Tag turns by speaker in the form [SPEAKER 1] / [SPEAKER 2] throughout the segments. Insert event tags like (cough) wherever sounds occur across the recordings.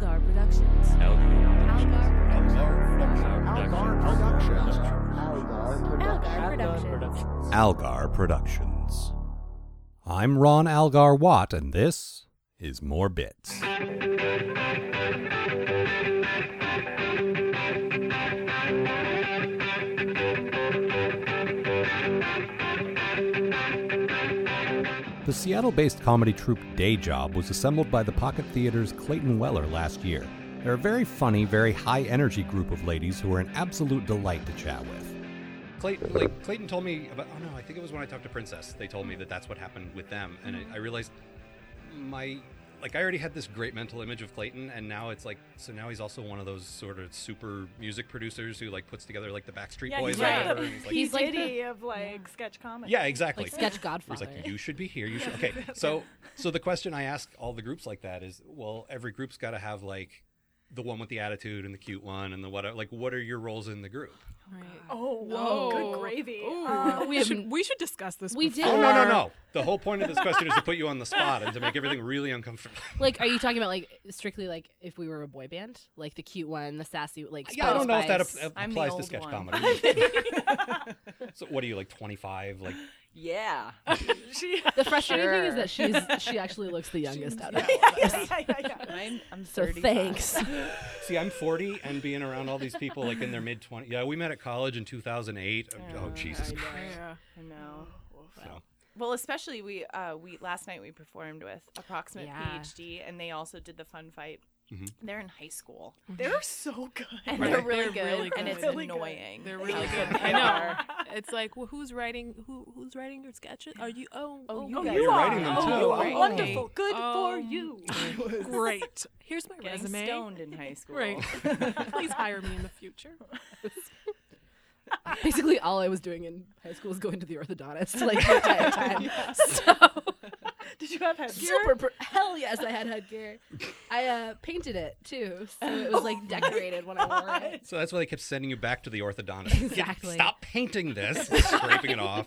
[SPEAKER 1] Productions. Algar
[SPEAKER 2] Algar Productions.
[SPEAKER 1] Productions. Algar Productions.
[SPEAKER 3] Algar Productions. I'm Ron Algar Watt, and this is More Bits. The Seattle based comedy troupe Day Job was assembled by the Pocket Theater's Clayton Weller last year. They're a very funny, very high energy group of ladies who are an absolute delight to chat with. Clayton, like, Clayton told me about. Oh no, I think it was when I talked to Princess. They told me that that's what happened with them, and I, I realized my like I already had this great mental image of Clayton, and now it's like so now he's also one of those sort of super music producers who like puts together like the Backstreet
[SPEAKER 4] Yeah,
[SPEAKER 3] Boys.
[SPEAKER 4] he's
[SPEAKER 3] or
[SPEAKER 4] like
[SPEAKER 3] whatever,
[SPEAKER 4] the
[SPEAKER 3] and he's like-
[SPEAKER 4] P.
[SPEAKER 5] He's like
[SPEAKER 4] Diddy of like sketch comedy.
[SPEAKER 3] yeah, exactly.
[SPEAKER 5] Like sketch
[SPEAKER 3] He's
[SPEAKER 5] Godfather.
[SPEAKER 3] like, you should be here. You should. Okay. So, so the question I ask all the groups like that is, well, every group's got to have like the one with the attitude and the cute one and the what? Like, what are your roles in the group?
[SPEAKER 5] Right.
[SPEAKER 4] Oh, whoa,
[SPEAKER 6] Whoa.
[SPEAKER 4] good gravy.
[SPEAKER 6] Ooh.
[SPEAKER 5] (laughs)
[SPEAKER 4] Uh,
[SPEAKER 5] we
[SPEAKER 6] (laughs) we,
[SPEAKER 5] have-
[SPEAKER 6] should, we should discuss this.
[SPEAKER 5] We
[SPEAKER 6] before.
[SPEAKER 3] Oh
[SPEAKER 5] did.
[SPEAKER 3] no, no,
[SPEAKER 5] Or-
[SPEAKER 3] no! The whole point of this question is to put you on the spot and to make everything really uncomfortable.
[SPEAKER 5] Like, are you talking about like strictly like if we were a boy band, like the cute one, the sassy, like
[SPEAKER 3] Yeah, I don't know if that
[SPEAKER 5] Spice?
[SPEAKER 3] ap-
[SPEAKER 6] I'm the
[SPEAKER 3] applies to
[SPEAKER 6] old
[SPEAKER 3] sketch
[SPEAKER 6] one.
[SPEAKER 3] comedy. so, what are you like? Twenty-five? Like,
[SPEAKER 7] Yeah.
[SPEAKER 4] she,
[SPEAKER 5] the frustrating thing is that she's she actually looks the youngest out of all of us.
[SPEAKER 4] (laughs) yeah, yeah, yeah.
[SPEAKER 7] I'm, I'm
[SPEAKER 5] So
[SPEAKER 7] 35.
[SPEAKER 3] (laughs)
[SPEAKER 5] thanks.
[SPEAKER 3] see, I'm forty and being around all these people like in their mid twenties. Yeah, we met at college in two thousand eight. Oh, Jesus Christ!
[SPEAKER 6] Yeah, I know.
[SPEAKER 3] So,
[SPEAKER 7] Well, especially we uh, we last night we performed with Approximate
[SPEAKER 5] Yeah.
[SPEAKER 7] PhD, and they also did the fun fight.
[SPEAKER 3] Mhm.
[SPEAKER 7] They're in high school,
[SPEAKER 4] They're so good.
[SPEAKER 7] and
[SPEAKER 3] Right.
[SPEAKER 7] they're really
[SPEAKER 6] They're
[SPEAKER 7] good,
[SPEAKER 6] really
[SPEAKER 7] and it's
[SPEAKER 6] good. Really
[SPEAKER 4] good.
[SPEAKER 7] annoying.
[SPEAKER 6] They're
[SPEAKER 4] (laughs)
[SPEAKER 7] how
[SPEAKER 6] really
[SPEAKER 7] good
[SPEAKER 6] good.
[SPEAKER 7] they
[SPEAKER 6] I know.
[SPEAKER 7] are.
[SPEAKER 6] It's like, well, who's writing? Who who's writing your sketches? Are you? Oh,
[SPEAKER 7] Oh,
[SPEAKER 6] oh,
[SPEAKER 7] you
[SPEAKER 4] Oh,
[SPEAKER 7] guys
[SPEAKER 4] you
[SPEAKER 3] You're
[SPEAKER 4] are.
[SPEAKER 3] writing them
[SPEAKER 4] oh,
[SPEAKER 3] too.
[SPEAKER 4] you
[SPEAKER 3] Right.
[SPEAKER 4] are wonderful. Good for
[SPEAKER 6] Um, (laughs)
[SPEAKER 4] you.
[SPEAKER 6] great. Here's my
[SPEAKER 7] Getting
[SPEAKER 6] resume.
[SPEAKER 7] stoned in high
[SPEAKER 6] (laughs)
[SPEAKER 7] school.
[SPEAKER 6] Right. (laughs) Please hire me in the future.
[SPEAKER 5] Basically, all I was doing in high school was going to the orthodontist
[SPEAKER 3] (laughs)
[SPEAKER 5] like the entire time. So
[SPEAKER 4] (laughs) Did you have headgear?
[SPEAKER 5] super pr- hell yes, I had headgear. I uh, painted it too, so it
[SPEAKER 3] (laughs)
[SPEAKER 5] was
[SPEAKER 3] Oh
[SPEAKER 5] like decorated when I wore it.
[SPEAKER 3] so that's why they kept sending you back to the orthodontist.
[SPEAKER 5] (laughs) Exactly.
[SPEAKER 3] Stop painting this, scraping it off.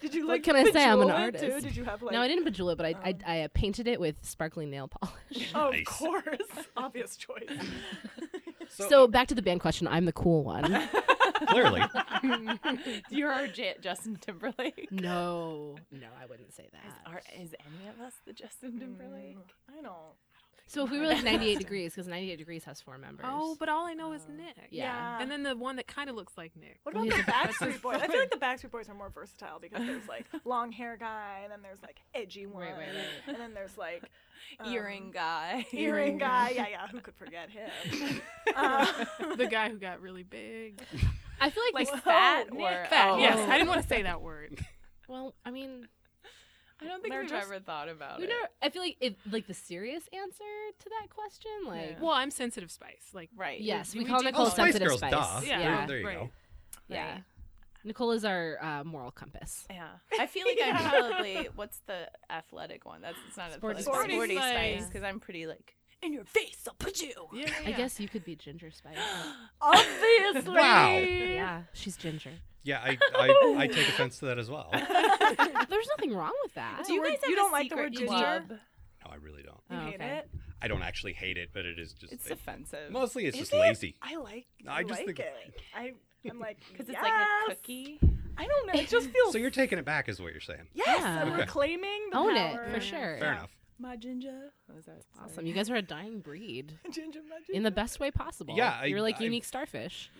[SPEAKER 4] Did you
[SPEAKER 5] What
[SPEAKER 4] like?
[SPEAKER 5] can I say? I'm an
[SPEAKER 4] bejewel it, Too?
[SPEAKER 5] artist.
[SPEAKER 4] Did you have like?
[SPEAKER 5] No, I didn't bejewel it, but I, I, I uh, painted it with sparkling
[SPEAKER 4] (laughs)
[SPEAKER 5] nail polish.
[SPEAKER 4] Oh,
[SPEAKER 3] Nice.
[SPEAKER 4] of course. Obvious choice.
[SPEAKER 5] (laughs)
[SPEAKER 3] So-
[SPEAKER 5] So, back to the band question. I'm the cool one. (laughs)
[SPEAKER 3] Clearly,
[SPEAKER 7] (laughs) You're our J- Justin
[SPEAKER 5] (laughs)
[SPEAKER 7] Timberlake.
[SPEAKER 5] no, no, I wouldn't say
[SPEAKER 7] Is,
[SPEAKER 5] that.
[SPEAKER 7] are, is any of us the Justin
[SPEAKER 5] Mm.
[SPEAKER 7] Timberlake?
[SPEAKER 4] I don't.
[SPEAKER 5] So if we were like (laughs) 98 degrees, because 98 degrees has four members.
[SPEAKER 6] Oh, but all I know is Nick.
[SPEAKER 5] Yeah.
[SPEAKER 6] And then the one that kind of looks like Nick.
[SPEAKER 4] What
[SPEAKER 5] (laughs)
[SPEAKER 4] about
[SPEAKER 5] We
[SPEAKER 4] the
[SPEAKER 5] had the
[SPEAKER 4] Backstreet Boys? I feel like the Backstreet Boys are more versatile because there's
[SPEAKER 5] (laughs)
[SPEAKER 4] like long hair guy, and then there's like edgy one,
[SPEAKER 5] right,
[SPEAKER 4] and then there's like um,
[SPEAKER 7] Earring guy.
[SPEAKER 4] earring guy. Yeah, yeah. Who could forget him? Uh,
[SPEAKER 6] the guy who got really big.
[SPEAKER 5] I feel like,
[SPEAKER 7] Like
[SPEAKER 5] this-
[SPEAKER 7] fat
[SPEAKER 4] Nick.
[SPEAKER 7] or
[SPEAKER 6] Fat.
[SPEAKER 7] oh.
[SPEAKER 6] Yes, I didn't want to say that word.
[SPEAKER 5] well, I mean,
[SPEAKER 7] I don't think
[SPEAKER 4] They're
[SPEAKER 7] we've
[SPEAKER 4] just-
[SPEAKER 7] ever thought about
[SPEAKER 5] we
[SPEAKER 7] it.
[SPEAKER 5] never. I feel like if like the serious answer to that question, like
[SPEAKER 6] Well, I'm sensitive spice. Like
[SPEAKER 7] Right.
[SPEAKER 5] yes,
[SPEAKER 6] we-
[SPEAKER 5] we
[SPEAKER 6] we
[SPEAKER 5] call
[SPEAKER 6] do
[SPEAKER 5] Nicole
[SPEAKER 6] call it-
[SPEAKER 3] Oh, Spice
[SPEAKER 5] sensitive
[SPEAKER 3] Girls,
[SPEAKER 5] spice.
[SPEAKER 3] duh.
[SPEAKER 5] Yeah,
[SPEAKER 6] Yeah.
[SPEAKER 3] There, there you
[SPEAKER 6] Right.
[SPEAKER 3] go.
[SPEAKER 5] yeah.
[SPEAKER 7] Right.
[SPEAKER 5] Nicole is our uh, moral compass.
[SPEAKER 7] Yeah. I feel like I'm (laughs) probably what's the athletic one? That's it's not
[SPEAKER 5] Sporty
[SPEAKER 7] athletic.
[SPEAKER 4] Spice.
[SPEAKER 7] Sporty,
[SPEAKER 6] Sporty
[SPEAKER 7] spice
[SPEAKER 6] Spice.
[SPEAKER 7] because I'm pretty like in your face. I'll put you.
[SPEAKER 6] yeah,
[SPEAKER 5] I guess you could be Ginger Spice.
[SPEAKER 4] obviously.
[SPEAKER 3] Wow.
[SPEAKER 5] yeah, she's ginger.
[SPEAKER 3] Yeah, I, I, I take offense to that as well. No,
[SPEAKER 5] There's nothing wrong with that.
[SPEAKER 4] Do you guys have a secret club?
[SPEAKER 3] I really don't.
[SPEAKER 4] You
[SPEAKER 5] Oh,
[SPEAKER 4] hate
[SPEAKER 5] okay.
[SPEAKER 4] it?
[SPEAKER 3] I don't actually hate it, but it is just
[SPEAKER 7] It's
[SPEAKER 3] it-
[SPEAKER 7] offensive.
[SPEAKER 3] mostly it's
[SPEAKER 4] Is
[SPEAKER 3] just
[SPEAKER 4] it?
[SPEAKER 3] lazy.
[SPEAKER 4] I like.
[SPEAKER 3] I just
[SPEAKER 4] like
[SPEAKER 3] think-
[SPEAKER 4] it. I, I'm like
[SPEAKER 7] because
[SPEAKER 4] yes!
[SPEAKER 7] it's like a cookie.
[SPEAKER 4] I don't know. It just feels.
[SPEAKER 3] So you're taking it back, is what you're saying.
[SPEAKER 4] yes,
[SPEAKER 5] Yeah.
[SPEAKER 4] and
[SPEAKER 3] Okay.
[SPEAKER 4] we're claiming the
[SPEAKER 5] Own it
[SPEAKER 4] power.
[SPEAKER 5] for sure.
[SPEAKER 3] Fair enough.
[SPEAKER 4] My ginger,
[SPEAKER 7] What was that?
[SPEAKER 5] Awesome. You guys are a dying breed
[SPEAKER 4] ginger, my ginger.
[SPEAKER 5] in the best way possible.
[SPEAKER 3] Yeah, I-
[SPEAKER 5] you're like
[SPEAKER 3] I-
[SPEAKER 5] unique starfish.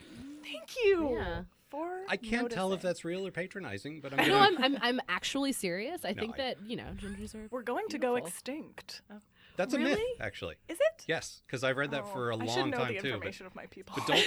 [SPEAKER 4] Thank you.
[SPEAKER 5] Yeah.
[SPEAKER 4] For
[SPEAKER 3] I can't tell if
[SPEAKER 4] noticing.
[SPEAKER 3] that's real or patronizing, but I'm
[SPEAKER 5] (laughs) No,
[SPEAKER 3] gonna,
[SPEAKER 5] I'm, I'm I'm actually serious. I
[SPEAKER 3] No,
[SPEAKER 5] think
[SPEAKER 3] I-
[SPEAKER 5] that you know gingers are.
[SPEAKER 4] We're going to go
[SPEAKER 5] Beautiful.
[SPEAKER 4] extinct.
[SPEAKER 3] that's a myth,
[SPEAKER 4] Really?
[SPEAKER 3] actually.
[SPEAKER 4] Is it?
[SPEAKER 3] Yes, because I've read that
[SPEAKER 4] Oh,
[SPEAKER 3] for a
[SPEAKER 4] I should
[SPEAKER 3] long
[SPEAKER 4] know
[SPEAKER 3] time
[SPEAKER 4] the
[SPEAKER 3] too. But,
[SPEAKER 4] information of my people.
[SPEAKER 3] but don't.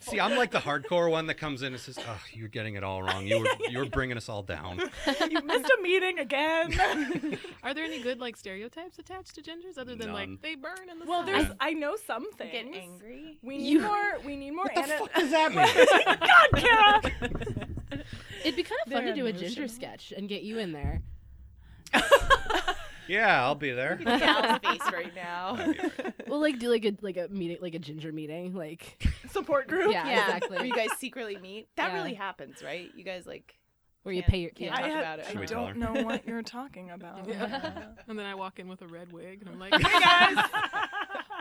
[SPEAKER 3] See, I'm like the hardcore one that comes in and says, "Oh, you're getting it all wrong. You were you're bringing us all down."
[SPEAKER 4] (laughs) you missed a meeting again.
[SPEAKER 6] Are there any good like stereotypes attached to gingers other than
[SPEAKER 3] None.
[SPEAKER 6] like they burn in the
[SPEAKER 4] well,
[SPEAKER 6] sun?
[SPEAKER 4] there's. I know some
[SPEAKER 7] You
[SPEAKER 4] things.
[SPEAKER 7] Get angry.
[SPEAKER 4] We need
[SPEAKER 5] You-
[SPEAKER 4] more. We need more.
[SPEAKER 3] What the
[SPEAKER 4] ana- (laughs)
[SPEAKER 3] fuck does that mean?
[SPEAKER 4] God, Kara.
[SPEAKER 5] It'd be kind of fun to
[SPEAKER 7] They're
[SPEAKER 5] do a ginger sketch and get you in (laughs) there.
[SPEAKER 3] yeah, I'll be there.
[SPEAKER 7] Gal's face
[SPEAKER 3] (laughs)
[SPEAKER 7] right (laughs) now.
[SPEAKER 5] Well, like do like a like a meeting like a ginger meeting like
[SPEAKER 4] Support group.
[SPEAKER 5] yeah, exactly
[SPEAKER 7] Where you guys secretly meet. That
[SPEAKER 5] Yeah.
[SPEAKER 7] really happens, right? You guys like.
[SPEAKER 5] where you
[SPEAKER 7] can't-
[SPEAKER 5] pay your
[SPEAKER 7] can't
[SPEAKER 5] yeah.
[SPEAKER 4] I,
[SPEAKER 7] Talk
[SPEAKER 4] had-
[SPEAKER 7] about it.
[SPEAKER 3] Should
[SPEAKER 4] I
[SPEAKER 3] we tell
[SPEAKER 4] don't know
[SPEAKER 5] (laughs)
[SPEAKER 4] what you're talking about. (laughs)
[SPEAKER 6] Yeah. and then I walk in with a red wig and I'm like,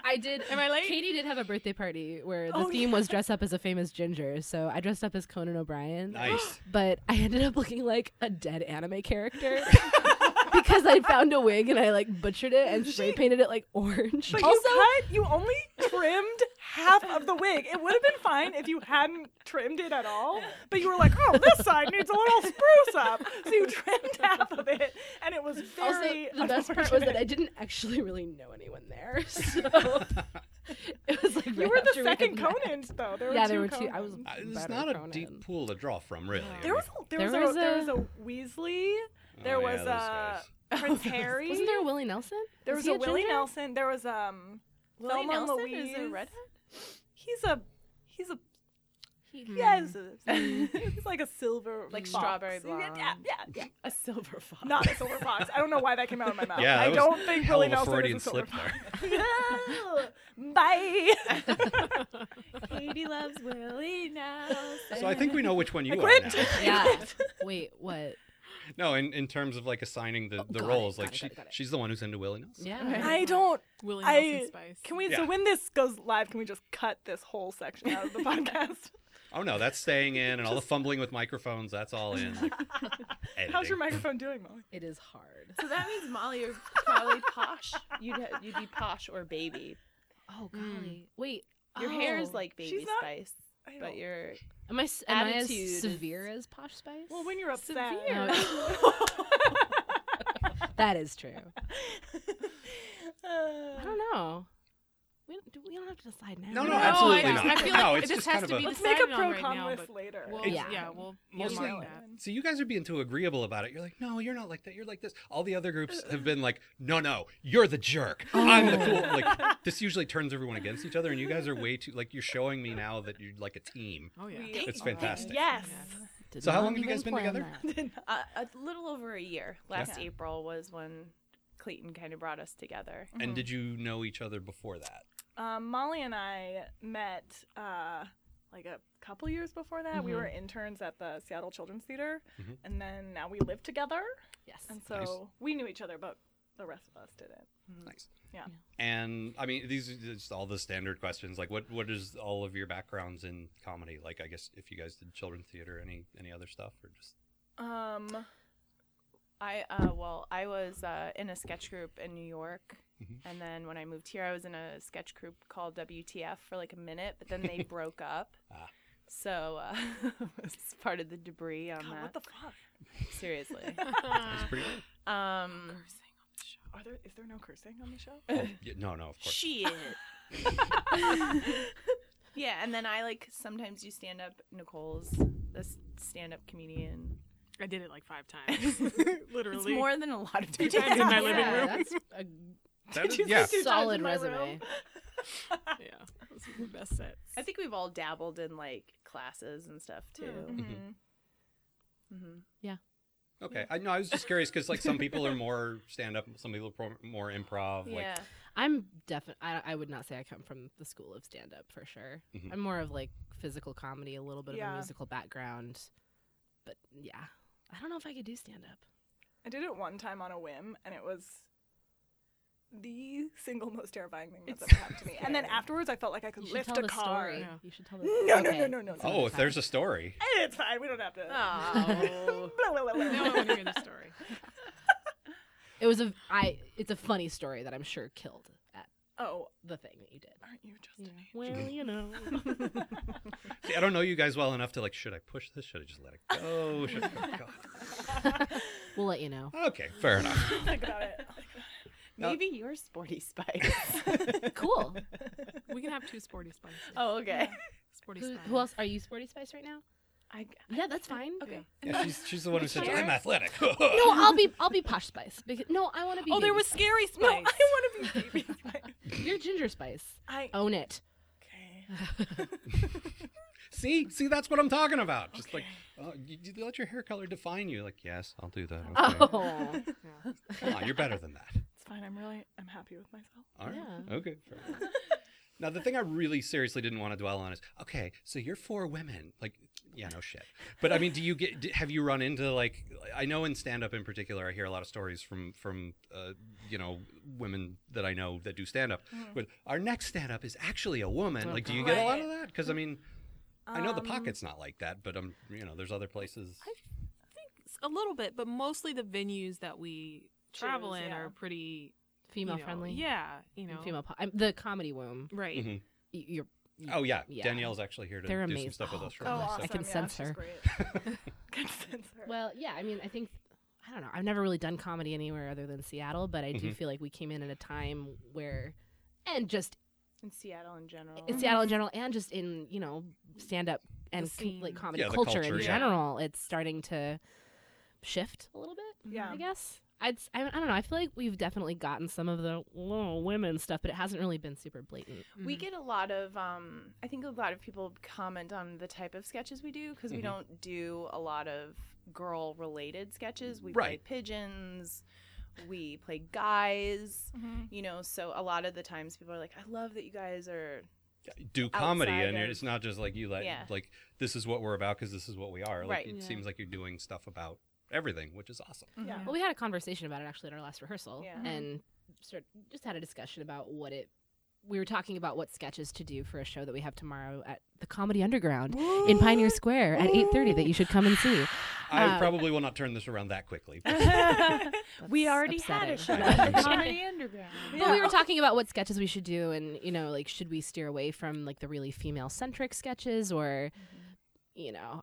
[SPEAKER 5] I did.
[SPEAKER 6] Am I late?
[SPEAKER 5] Katie did have a birthday party where the
[SPEAKER 6] Oh,
[SPEAKER 5] theme was dress up as a famous ginger. So I dressed up as Conan O'Brien,
[SPEAKER 3] Nice.
[SPEAKER 5] but I ended up looking like a dead anime character
[SPEAKER 3] (laughs)
[SPEAKER 5] because I found a wig and I like butchered it and spray painted it like orange.
[SPEAKER 4] But
[SPEAKER 5] also,
[SPEAKER 4] you cut, you only trimmed half of the wig. It would have been fine if you hadn't trimmed it at all. But you were like, oh, this side needs a little spruce up. So you trimmed half of it, and it was very.
[SPEAKER 5] also the best part was that I
[SPEAKER 4] unfortunate.
[SPEAKER 5] didn't actually really know anyone there, (laughs) so it was (laughs) like
[SPEAKER 4] You
[SPEAKER 5] right
[SPEAKER 4] were the
[SPEAKER 5] after we had
[SPEAKER 4] second
[SPEAKER 5] met.
[SPEAKER 4] Conan's though. There were
[SPEAKER 5] yeah,
[SPEAKER 4] two
[SPEAKER 5] there were two. I was.
[SPEAKER 4] Conans.
[SPEAKER 3] Uh, (laughs) It's
[SPEAKER 5] better
[SPEAKER 3] not a
[SPEAKER 5] Conan.
[SPEAKER 3] deep pool to draw from, really. I
[SPEAKER 4] There was
[SPEAKER 3] mean-
[SPEAKER 4] a, there, was, a, there was a Weasley. There
[SPEAKER 3] Oh, yeah,
[SPEAKER 4] was
[SPEAKER 3] those
[SPEAKER 4] uh
[SPEAKER 3] guys.
[SPEAKER 4] a Prince Harry.
[SPEAKER 5] Wasn't there a Willie Nelson?
[SPEAKER 4] There
[SPEAKER 5] Is
[SPEAKER 4] was
[SPEAKER 5] he
[SPEAKER 4] a Willie
[SPEAKER 5] ginger?
[SPEAKER 4] Nelson. There was um.
[SPEAKER 7] Willie
[SPEAKER 4] Thelma and
[SPEAKER 7] Nelson
[SPEAKER 4] Louise.
[SPEAKER 7] is a (laughs) redhead.
[SPEAKER 4] He's a. He's a. Yes. it's like a silver.
[SPEAKER 7] Like
[SPEAKER 4] fox.
[SPEAKER 7] strawberry
[SPEAKER 4] Yeah, yeah,
[SPEAKER 7] blonde.
[SPEAKER 4] yeah, yeah.
[SPEAKER 7] A silver fox.
[SPEAKER 4] (laughs) Not a silver fox. I don't know why that came out of my mouth.
[SPEAKER 3] Yeah, that
[SPEAKER 4] I
[SPEAKER 3] was
[SPEAKER 4] don't think
[SPEAKER 3] hell
[SPEAKER 4] Willie
[SPEAKER 3] of a
[SPEAKER 4] Nelson
[SPEAKER 3] Freudian
[SPEAKER 4] is a silver
[SPEAKER 3] slip there.
[SPEAKER 4] fox. (laughs) No. Bye.
[SPEAKER 7] Katie loves Willie Nelson.
[SPEAKER 3] So I think we know which one you
[SPEAKER 4] I
[SPEAKER 3] are
[SPEAKER 4] quit.
[SPEAKER 3] now.
[SPEAKER 5] (laughs) Yeah. Wait, what?
[SPEAKER 3] No, in, in terms of like assigning the, the
[SPEAKER 5] got it,
[SPEAKER 3] roles,
[SPEAKER 5] got
[SPEAKER 3] like
[SPEAKER 5] it,
[SPEAKER 3] she,
[SPEAKER 5] got it, got it.
[SPEAKER 3] she's the one who's into Willie Nelson.
[SPEAKER 5] Yeah.
[SPEAKER 4] I don't.
[SPEAKER 6] Willie
[SPEAKER 4] I-
[SPEAKER 6] Nelson Spice.
[SPEAKER 4] Can we?
[SPEAKER 3] Yeah.
[SPEAKER 4] So when this goes live, can we just cut this whole section out
[SPEAKER 3] (laughs)
[SPEAKER 4] of the podcast?
[SPEAKER 3] Oh no, that's staying in, and all the fumbling with microphones, that's all in. like,
[SPEAKER 4] How's your
[SPEAKER 3] editing.
[SPEAKER 4] microphone doing, Molly?
[SPEAKER 5] It is hard.
[SPEAKER 7] So that means Molly, you're probably posh. You'd ha- you'd be posh or baby.
[SPEAKER 5] Oh
[SPEAKER 6] Mm.
[SPEAKER 5] golly. Wait.
[SPEAKER 7] Your hair is
[SPEAKER 5] oh.
[SPEAKER 7] like
[SPEAKER 4] She's
[SPEAKER 7] baby
[SPEAKER 4] not-
[SPEAKER 7] spice,
[SPEAKER 4] I
[SPEAKER 7] but
[SPEAKER 4] don't-
[SPEAKER 7] your
[SPEAKER 5] Am I s- am I as
[SPEAKER 7] attitude is-
[SPEAKER 5] severe as Posh Spice?
[SPEAKER 4] Well, when you're upset. (laughs)
[SPEAKER 5] No, that is true. I don't know. We don't, do- we don't have to decide now.
[SPEAKER 3] No, no,
[SPEAKER 6] No,
[SPEAKER 3] absolutely
[SPEAKER 6] I,
[SPEAKER 3] not.
[SPEAKER 6] I feel like
[SPEAKER 3] No, it's
[SPEAKER 6] it just
[SPEAKER 3] just
[SPEAKER 6] has
[SPEAKER 3] kind
[SPEAKER 6] to
[SPEAKER 3] of
[SPEAKER 6] be
[SPEAKER 3] a-
[SPEAKER 4] Let's make a
[SPEAKER 6] decided on
[SPEAKER 4] pro
[SPEAKER 6] right
[SPEAKER 4] con
[SPEAKER 6] now,
[SPEAKER 4] list
[SPEAKER 6] but
[SPEAKER 4] later.
[SPEAKER 6] (laughs) We'll,
[SPEAKER 5] It's-
[SPEAKER 6] yeah.
[SPEAKER 5] yeah.
[SPEAKER 6] we'll
[SPEAKER 3] Mostly-
[SPEAKER 6] mostly that.
[SPEAKER 3] So you guys are being too agreeable about it. You're like, no, you're not like that. You're like this. All the other groups have been like, no, no, you're the jerk. I'm the cool.
[SPEAKER 4] (laughs) Oh.
[SPEAKER 3] Like this usually turns everyone against each other, and you guys are way too like. You're showing me now that you're like a team.
[SPEAKER 6] Oh yeah.
[SPEAKER 4] Thank
[SPEAKER 3] It's
[SPEAKER 4] you.
[SPEAKER 3] fantastic.
[SPEAKER 4] Yes.
[SPEAKER 5] Did
[SPEAKER 3] So how
[SPEAKER 5] not
[SPEAKER 3] long have you
[SPEAKER 5] even
[SPEAKER 3] guys been
[SPEAKER 5] plan
[SPEAKER 3] together?
[SPEAKER 5] that.
[SPEAKER 7] uh, (laughs) a little over a year. Last April was when Clayton kind of brought us together.
[SPEAKER 4] Mm-hmm.
[SPEAKER 3] And did
[SPEAKER 4] Uh-huh.
[SPEAKER 3] you know each other before that?
[SPEAKER 4] Um, Molly and I met uh, like a couple years before that. We
[SPEAKER 5] Mhm.
[SPEAKER 4] were interns at the Seattle Children's Theater,
[SPEAKER 3] Mhm.
[SPEAKER 4] and then now we live together.
[SPEAKER 5] Yes.
[SPEAKER 4] And so
[SPEAKER 3] Nice.
[SPEAKER 4] we knew each other, but the rest of us didn't.
[SPEAKER 3] Nice.
[SPEAKER 4] Yeah.
[SPEAKER 3] And I mean, these are just all the standard questions. Like, what what is all of your backgrounds in comedy? Like, I guess if you guys did children's theater, any any other stuff, or just
[SPEAKER 4] Um,
[SPEAKER 7] I uh, well, I was uh, in a sketch group in New York,
[SPEAKER 3] Mhm.
[SPEAKER 4] Mm-hmm.
[SPEAKER 7] and then when I moved here, I was in a sketch group called WTF for like a minute, but then they
[SPEAKER 4] (laughs)
[SPEAKER 7] broke up.
[SPEAKER 3] Ah.
[SPEAKER 7] So uh, (laughs) it's part of the debris on
[SPEAKER 4] God,
[SPEAKER 7] that.
[SPEAKER 4] what the fuck? (laughs)
[SPEAKER 7] Seriously.
[SPEAKER 3] it's pretty.
[SPEAKER 4] Uh,
[SPEAKER 3] good.
[SPEAKER 7] Um,
[SPEAKER 4] Are there is there no cursing on the show? (laughs)
[SPEAKER 3] Oh, yeah, no, no, of course.
[SPEAKER 7] shit. yeah, and then I like sometimes do stand up. Nicole's this stand up comedian.
[SPEAKER 6] I did it like five times. Literally.
[SPEAKER 7] It's more than a
[SPEAKER 4] (laughs)
[SPEAKER 7] lot of
[SPEAKER 6] Two
[SPEAKER 7] people.
[SPEAKER 6] times in my
[SPEAKER 4] Yeah.
[SPEAKER 6] living
[SPEAKER 5] Yeah,
[SPEAKER 6] room.
[SPEAKER 5] that's a
[SPEAKER 3] That
[SPEAKER 4] (laughs) Did
[SPEAKER 3] is-
[SPEAKER 4] you
[SPEAKER 3] yeah.
[SPEAKER 4] say two times
[SPEAKER 5] solid
[SPEAKER 4] in my
[SPEAKER 5] resume.
[SPEAKER 4] room?
[SPEAKER 6] yeah. Those are the best sets.
[SPEAKER 7] I think we've all dabbled in like classes and stuff too.
[SPEAKER 4] Mhm.
[SPEAKER 7] hmm
[SPEAKER 3] Okay. I know. I was just curious because like some people are more stand up, some people are pro- more improv. Like,
[SPEAKER 7] Yeah.
[SPEAKER 5] I'm definitely. I, I would not say I come from the school of stand up for sure.
[SPEAKER 3] Mhm.
[SPEAKER 5] I'm more of like physical comedy, a little bit of
[SPEAKER 4] Yeah.
[SPEAKER 5] a musical background, but yeah, I don't know if I could do stand up.
[SPEAKER 4] I did it one time on a whim, and it was the single most terrifying thing that's
[SPEAKER 7] It's
[SPEAKER 4] ever happened to me. And then afterwards, I felt like I could
[SPEAKER 5] You should
[SPEAKER 4] lift
[SPEAKER 5] tell
[SPEAKER 4] a
[SPEAKER 5] the
[SPEAKER 4] car.
[SPEAKER 5] story.
[SPEAKER 6] Yeah.
[SPEAKER 5] You should tell the
[SPEAKER 4] No, no, no, no,
[SPEAKER 5] okay.
[SPEAKER 4] no,
[SPEAKER 5] it's
[SPEAKER 4] no.
[SPEAKER 5] another
[SPEAKER 3] oh, if there's
[SPEAKER 5] time.
[SPEAKER 3] a story.
[SPEAKER 4] It's fine. We don't have to.
[SPEAKER 7] (laughs) Oh.
[SPEAKER 4] Blah, blah, blah, blah.
[SPEAKER 6] No, I want to hear the story.
[SPEAKER 5] (laughs) It was a. I. It's a funny story that I'm sure killed at
[SPEAKER 4] Oh,
[SPEAKER 5] the thing that you did.
[SPEAKER 4] aren't you just
[SPEAKER 5] You
[SPEAKER 4] an
[SPEAKER 5] know, Well, you know.
[SPEAKER 3] See, I don't know you guys well enough to like. Should I push this? Should I just let it go? Should I, oh, (laughs) God.
[SPEAKER 4] (laughs)
[SPEAKER 5] we'll let you know.
[SPEAKER 3] Okay, fair enough.
[SPEAKER 4] angel? Think about it.
[SPEAKER 3] No.
[SPEAKER 7] Maybe you're sporty spice.
[SPEAKER 5] Cool.
[SPEAKER 6] We can have two sporty spices.
[SPEAKER 7] oh, okay.
[SPEAKER 6] sporty
[SPEAKER 5] who,
[SPEAKER 6] spice.
[SPEAKER 5] who else? Are you Sporty Spice right now?
[SPEAKER 7] I,
[SPEAKER 5] Yeah, that's fine.
[SPEAKER 6] (laughs)
[SPEAKER 7] okay.
[SPEAKER 3] Yeah, she's she's the one who said
[SPEAKER 5] Sure.
[SPEAKER 3] I'm (laughs) athletic.
[SPEAKER 5] No, I'll be I'll be Posh Spice because no, I want to be.
[SPEAKER 6] Oh, there
[SPEAKER 5] Baby
[SPEAKER 6] was
[SPEAKER 5] Spice.
[SPEAKER 6] scary
[SPEAKER 4] No,
[SPEAKER 6] spice.
[SPEAKER 4] (laughs) I want to be baby. spice.
[SPEAKER 5] You're Ginger Spice.
[SPEAKER 4] I
[SPEAKER 5] Own it.
[SPEAKER 4] okay.
[SPEAKER 3] See, see, that's what I'm talking about. Just like, oh, you, you let your hair color define you. Like, yes, I'll do that. Okay.
[SPEAKER 5] (laughs) Oh.
[SPEAKER 3] Come on, you're better than that.
[SPEAKER 4] It's fine. I'm really. I'm happy with myself.
[SPEAKER 3] All right.
[SPEAKER 5] Yeah.
[SPEAKER 3] Okay. fair
[SPEAKER 5] (laughs)
[SPEAKER 3] enough. now, the thing I really seriously didn't want to dwell on is okay, so you're four women. Like, yeah, no shit. But I mean, do you get? d- Have you run into like? I know in stand up in particular, I hear a lot of stories from from uh, you know women that I know that do stand up.
[SPEAKER 5] Mm-hmm.
[SPEAKER 3] But our next stand up is actually a woman. like, do you get a lot of that? Because I mean, I know the
[SPEAKER 5] Um,
[SPEAKER 4] Um, (laughs)
[SPEAKER 3] pocket's not like that, but I'm you know, there's other places.
[SPEAKER 6] It's a little bit, but mostly the venues that we travel
[SPEAKER 4] Choose,
[SPEAKER 6] in
[SPEAKER 4] yeah.
[SPEAKER 6] are pretty you know,
[SPEAKER 5] Female friendly.
[SPEAKER 6] Yeah, you
[SPEAKER 5] And
[SPEAKER 6] know,
[SPEAKER 5] Female. Po- I'm, the comedy womb.
[SPEAKER 6] right?
[SPEAKER 3] Mhm.
[SPEAKER 5] Y- You're. you-
[SPEAKER 3] Oh yeah.
[SPEAKER 5] Yeah.
[SPEAKER 3] Danielle's actually here to
[SPEAKER 5] They're
[SPEAKER 3] do
[SPEAKER 5] amazing.
[SPEAKER 3] some stuff with
[SPEAKER 5] Oh,
[SPEAKER 3] us.
[SPEAKER 5] God.
[SPEAKER 3] right now,
[SPEAKER 5] I
[SPEAKER 3] so-
[SPEAKER 5] can sense her.
[SPEAKER 3] (laughs)
[SPEAKER 4] Can sense her.
[SPEAKER 5] Well, yeah. I mean, I think I don't know. I've never really done comedy anywhere other than Seattle, but I
[SPEAKER 3] Mm-hmm.
[SPEAKER 5] do feel like we came in at a time where, and just
[SPEAKER 7] in Seattle in general.
[SPEAKER 5] in Seattle in general, and just in you know stand up and
[SPEAKER 6] The
[SPEAKER 5] com- like
[SPEAKER 6] scene.
[SPEAKER 5] comedy
[SPEAKER 3] Yeah, the
[SPEAKER 5] culture,
[SPEAKER 3] culture,
[SPEAKER 5] in
[SPEAKER 3] yeah.
[SPEAKER 5] general, it's starting to shift a little bit.
[SPEAKER 4] yeah.
[SPEAKER 5] I guess. I'd, s- I, I don't know. I feel like we've definitely gotten some of the whoa, women stuff, but it hasn't really been super blatant.
[SPEAKER 6] Mm-hmm.
[SPEAKER 7] We get a lot of, um, I think a lot of people comment on the type of sketches we do because we
[SPEAKER 3] Mhm.
[SPEAKER 7] don't do a lot of girl related sketches. We
[SPEAKER 3] Right.
[SPEAKER 7] play pigeons, we play guys,
[SPEAKER 4] Mhm.
[SPEAKER 7] you know, so a lot of the times people are like, I love that you guys are.
[SPEAKER 3] do comedy,
[SPEAKER 7] outside
[SPEAKER 3] and
[SPEAKER 7] of-
[SPEAKER 3] it's not just like you like
[SPEAKER 7] Yeah.
[SPEAKER 3] like this is what we're about because this is what we are. Like
[SPEAKER 7] Right.
[SPEAKER 3] it
[SPEAKER 6] Yeah.
[SPEAKER 3] seems like you're doing stuff about everything, which is awesome.
[SPEAKER 4] Yeah.
[SPEAKER 5] Well, we had a conversation about it actually at our last rehearsal,
[SPEAKER 7] Yeah. Mhm.
[SPEAKER 5] and sort just had a discussion about what it. We were talking about what sketches to do for a show that we have tomorrow at the Comedy Underground in Pioneer Square at eight thirty that you should come and see.
[SPEAKER 3] I
[SPEAKER 5] Uh,
[SPEAKER 3] probably will not turn this around that quickly. but-
[SPEAKER 4] (laughs)
[SPEAKER 5] That's upsetting. (laughs)
[SPEAKER 7] Comedy Underground.
[SPEAKER 5] But we were talking about what sketches we should do, and you know, like, should we steer away from like the really female-centric sketches, or, you know,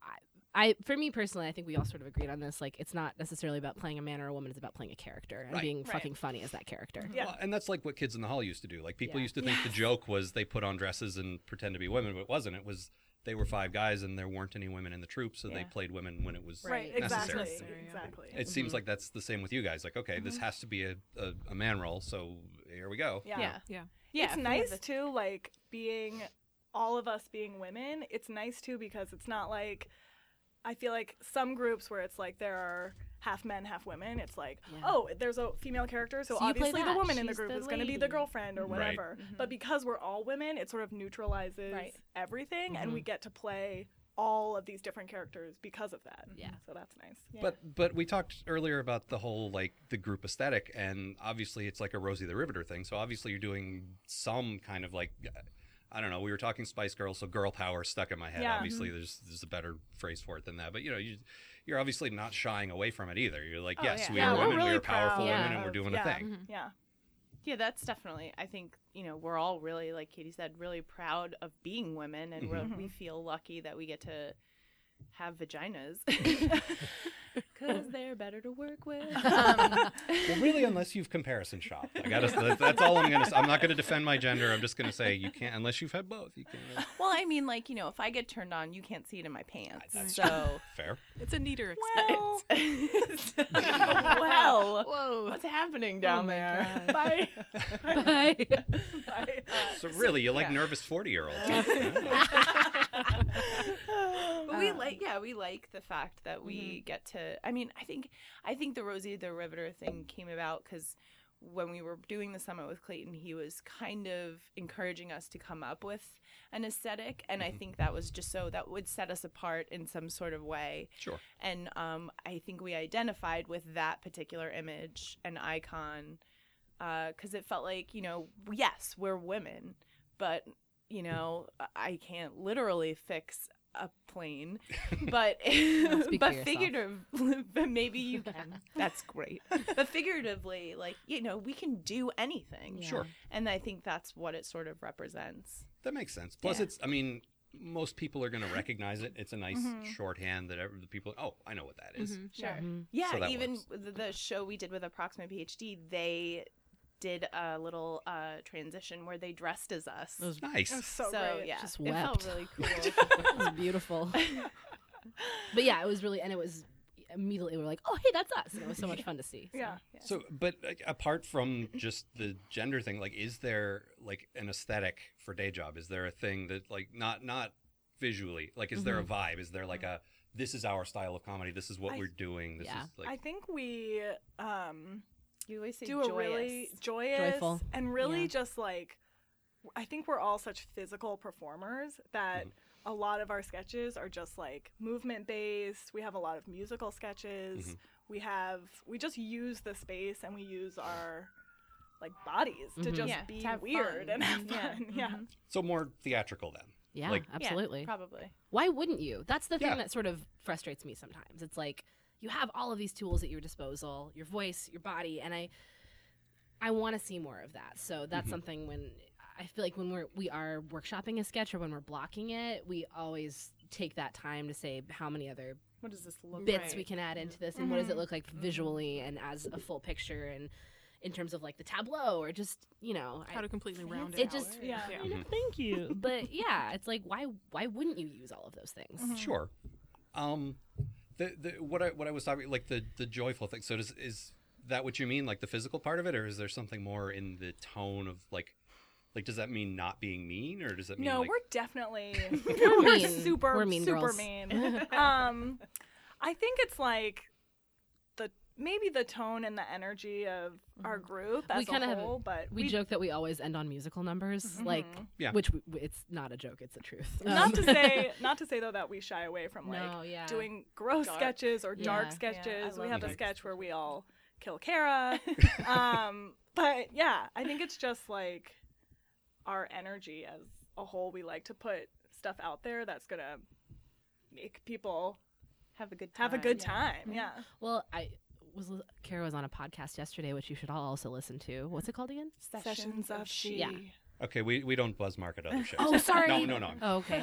[SPEAKER 5] I, I, for me personally, I think we all sort of agreed on this. Like, it's not necessarily about playing a man or a woman; it's about playing a character and
[SPEAKER 3] Right.
[SPEAKER 5] being
[SPEAKER 7] Right.
[SPEAKER 5] fucking funny as
[SPEAKER 3] (laughs)
[SPEAKER 5] that character.
[SPEAKER 4] Yeah.
[SPEAKER 3] Well, and that's like what Kids in the Hall used to do. Like people
[SPEAKER 5] Yeah.
[SPEAKER 3] used to think the joke was they put on dresses and pretend to be women, but it wasn't. It was they were five guys and there weren't any women in the troupe, so they
[SPEAKER 7] Yeah.
[SPEAKER 3] played women when it was.
[SPEAKER 4] Right,
[SPEAKER 7] Right.
[SPEAKER 4] exactly.
[SPEAKER 6] Necessary, yeah.
[SPEAKER 4] Exactly.
[SPEAKER 3] It seems like that's the same with you guys. Like, okay, this has to be a, a, a man role, so here we go.
[SPEAKER 4] yeah.
[SPEAKER 7] Yeah.
[SPEAKER 6] Yeah.
[SPEAKER 7] Yeah, if
[SPEAKER 4] It's
[SPEAKER 7] you
[SPEAKER 4] nice
[SPEAKER 7] have a-
[SPEAKER 4] too, like being all of us being women. It's nice too because it's not like I feel like some groups where it's like there are half men, half women. It's like,
[SPEAKER 5] Yeah.
[SPEAKER 4] oh, there's a female character, so,
[SPEAKER 5] So you play
[SPEAKER 4] obviously the
[SPEAKER 5] that.
[SPEAKER 4] woman in the
[SPEAKER 5] She's
[SPEAKER 4] group
[SPEAKER 5] the
[SPEAKER 4] is going to be
[SPEAKER 5] lady.
[SPEAKER 4] the girlfriend or
[SPEAKER 3] Right.
[SPEAKER 4] whatever.
[SPEAKER 7] Mm-hmm.
[SPEAKER 4] But because we're all women, it sort of neutralizes
[SPEAKER 7] Right.
[SPEAKER 4] everything, and we
[SPEAKER 3] Mm-hmm.
[SPEAKER 4] get to play all of these different characters because of that.
[SPEAKER 5] Yeah.
[SPEAKER 4] So that's nice.
[SPEAKER 3] But but we talked earlier about the whole like the group aesthetic, and obviously it's like a Rosie the Riveter thing. So obviously you're doing some kind of like I don't know. We were talking Spice Girls, so girl power stuck in my head.
[SPEAKER 4] Yeah. mm-hmm.
[SPEAKER 3] Obviously, there's there's a better phrase for it than that. But you know, you, you're obviously not shying away from it either. You're like,
[SPEAKER 7] Oh,
[SPEAKER 3] yes,
[SPEAKER 7] yeah.
[SPEAKER 3] we
[SPEAKER 4] Yeah,
[SPEAKER 3] are
[SPEAKER 4] we're
[SPEAKER 3] women, we
[SPEAKER 4] really
[SPEAKER 3] are powerful
[SPEAKER 5] proud
[SPEAKER 3] women, and we're
[SPEAKER 4] of-
[SPEAKER 3] doing
[SPEAKER 4] yeah. Mm-hmm.
[SPEAKER 3] a thing.
[SPEAKER 7] Mm-hmm.
[SPEAKER 4] Yeah. (laughs)
[SPEAKER 7] Yeah, that's definitely. I think you know we're all really, like Katie said, really proud of being women, and
[SPEAKER 4] Mhm.
[SPEAKER 7] we're, we feel lucky that we get to have vaginas because they're better to work with.
[SPEAKER 6] Mm-hmm.
[SPEAKER 7] Um,
[SPEAKER 3] Well, really, unless you've comparison shop, I gotta. that- That's all I'm gonna. s- I'm not gonna defend my gender. I'm just gonna say you can't unless you've had both. You (laughs) can't.
[SPEAKER 7] well, I mean, like you know, if I get turned on, you can't see it in my pants.
[SPEAKER 3] That's
[SPEAKER 7] so
[SPEAKER 3] fair.
[SPEAKER 6] (laughs) It's a neater experience.
[SPEAKER 4] Well,
[SPEAKER 7] (laughs) well,
[SPEAKER 5] Whoa.
[SPEAKER 7] what's happening down there?
[SPEAKER 6] (laughs)
[SPEAKER 4] bye.
[SPEAKER 5] (laughs) Bye.
[SPEAKER 7] (laughs)
[SPEAKER 4] Bye.
[SPEAKER 3] So really, you like
[SPEAKER 7] yeah.
[SPEAKER 3] nervous forty year olds.
[SPEAKER 7] but we
[SPEAKER 5] Um,
[SPEAKER 7] like yeah we like the fact that we get to i mean i think i think the rosie the riveter thing came about because when we were doing the summit with clayton he was kind of encouraging us to come up with an aesthetic and i think that was just so that would set us apart in some sort of way
[SPEAKER 3] Sure.
[SPEAKER 7] and um, i think we identified with that particular image and icon because it felt like you know yes we're women but you know I- i can't literally fix a
[SPEAKER 5] (laughs)
[SPEAKER 7] plane but
[SPEAKER 5] speak for
[SPEAKER 7] (laughs) but
[SPEAKER 5] yourself.
[SPEAKER 7] figuratively but maybe you
[SPEAKER 5] (laughs)
[SPEAKER 7] can that's great but figuratively like you know we can do anything
[SPEAKER 5] Yeah.
[SPEAKER 3] Sure.
[SPEAKER 7] and i think that's what it sort of represents
[SPEAKER 3] That makes sense. Plus,
[SPEAKER 7] Yeah.
[SPEAKER 3] it's, I mean, most people are going to recognize it. It's a nice shorthand that every, the people, oh, I know what that is.
[SPEAKER 7] (laughs)
[SPEAKER 6] Mm-hmm.
[SPEAKER 7] Sure.
[SPEAKER 5] Mhm.
[SPEAKER 7] Yeah,
[SPEAKER 3] So that
[SPEAKER 7] even
[SPEAKER 3] works.
[SPEAKER 7] the, the show we did with Approximate PhD, they did a little uh, transition where they dressed as us.
[SPEAKER 5] It was
[SPEAKER 4] That was
[SPEAKER 3] Nice.
[SPEAKER 4] so, great.
[SPEAKER 7] yeah,
[SPEAKER 5] Just
[SPEAKER 7] it felt
[SPEAKER 5] wept.
[SPEAKER 7] really cool.
[SPEAKER 5] (laughs) It was beautiful. but yeah, it was really, and it was immediately we were like, oh hey, that's us. And it was so much fun to see. so.
[SPEAKER 4] Yeah.
[SPEAKER 3] So, but uh, apart from just the gender thing, like, is there like an aesthetic for day job? Is there a thing that, like, not, not visually, like, is there a vibe? Is there like a, this is our style of comedy. This is what
[SPEAKER 4] I-
[SPEAKER 3] we're doing. This
[SPEAKER 5] yeah.
[SPEAKER 3] is like,
[SPEAKER 4] I think we um,
[SPEAKER 7] you always say
[SPEAKER 4] do
[SPEAKER 7] joyous.
[SPEAKER 4] a really joyous
[SPEAKER 5] Joyful.
[SPEAKER 4] and really
[SPEAKER 5] Yeah.
[SPEAKER 4] just like I think we're all such physical performers that a lot of our sketches are just like movement based. We have a lot of musical sketches.
[SPEAKER 3] Mhm.
[SPEAKER 4] We have we just use the space and we use our like bodies to
[SPEAKER 5] Mhm.
[SPEAKER 4] just
[SPEAKER 7] Yeah,
[SPEAKER 4] be
[SPEAKER 7] to have
[SPEAKER 4] weird
[SPEAKER 7] fun.
[SPEAKER 4] and have
[SPEAKER 7] Yeah.
[SPEAKER 4] fun. (laughs) Yeah.
[SPEAKER 7] Mhm.
[SPEAKER 3] So more theatrical then.
[SPEAKER 5] Yeah,
[SPEAKER 3] Like-
[SPEAKER 7] Yeah,
[SPEAKER 5] absolutely.
[SPEAKER 7] probably.
[SPEAKER 5] Why wouldn't you? That's the thing
[SPEAKER 3] Yeah.
[SPEAKER 5] that sort of frustrates me sometimes. It's like you have all of these tools at your disposal, your voice, your body, and I I want to see more of that. So that's
[SPEAKER 3] Mhm.
[SPEAKER 5] something when I feel like when we're we are workshopping a sketch or when we're blocking it, we always take that time to say how many other
[SPEAKER 7] What does this look
[SPEAKER 5] bits
[SPEAKER 7] like?
[SPEAKER 5] we can add into this and what does it
[SPEAKER 4] Mhm.
[SPEAKER 5] look like visually and as a full picture and in terms of like the tableau or just, you know, I-
[SPEAKER 6] How to completely round it.
[SPEAKER 5] it
[SPEAKER 6] out.
[SPEAKER 5] just-
[SPEAKER 4] Yeah.
[SPEAKER 6] Yeah.
[SPEAKER 3] Mhm.
[SPEAKER 5] thank you. (laughs) but yeah, it's like why why wouldn't you use all of those things?
[SPEAKER 3] Sure. Hmm. Um, the, the what I what I was talking like the the joyful thing. So does is that what you mean, like the physical part of it, or is there something more in the tone of like, like does that mean not being mean, or does that mean
[SPEAKER 4] No,
[SPEAKER 3] like,
[SPEAKER 4] we're
[SPEAKER 3] (laughs)
[SPEAKER 4] definitely
[SPEAKER 5] We're
[SPEAKER 4] we're
[SPEAKER 5] mean.
[SPEAKER 4] super
[SPEAKER 5] We're mean
[SPEAKER 4] super
[SPEAKER 5] girls.
[SPEAKER 4] mean.
[SPEAKER 5] (laughs)
[SPEAKER 4] um, I think it's like the maybe the tone and the energy of our group as
[SPEAKER 5] Mm-hmm. kinda
[SPEAKER 4] a
[SPEAKER 5] have-
[SPEAKER 4] whole, but Mm-hmm.
[SPEAKER 5] we, joke that we always end on musical numbers, like
[SPEAKER 3] Yeah.
[SPEAKER 5] which w- it's not a joke; it's the truth.
[SPEAKER 4] not to
[SPEAKER 5] Um, (laughs)
[SPEAKER 4] say not to say though that we shy away from like
[SPEAKER 5] no, yeah,
[SPEAKER 4] doing gross
[SPEAKER 7] Dark.
[SPEAKER 4] sketches or
[SPEAKER 5] Yeah.
[SPEAKER 4] dark
[SPEAKER 5] Yeah, I
[SPEAKER 4] sketches. we
[SPEAKER 7] love
[SPEAKER 4] have a
[SPEAKER 3] dark
[SPEAKER 4] sketch where we all kill Kara. um, but yeah, I think it's just like our energy as a whole. We like to put stuff out there that's gonna make people
[SPEAKER 7] Have a good time.
[SPEAKER 4] have
[SPEAKER 7] Mm-hmm.
[SPEAKER 4] a good
[SPEAKER 7] Yeah.
[SPEAKER 4] time. Yeah.
[SPEAKER 5] Well, I was li- Kara was on a podcast yesterday, which you should all also listen to. What's it called again?
[SPEAKER 7] Sessions of she.
[SPEAKER 5] Yeah.
[SPEAKER 4] (laughs)
[SPEAKER 3] okay, we, we don't buzz market
[SPEAKER 5] (laughs)
[SPEAKER 3] other shows.
[SPEAKER 5] Oh,
[SPEAKER 3] (laughs)
[SPEAKER 5] sorry.
[SPEAKER 3] No, no, no.
[SPEAKER 5] Oh, okay.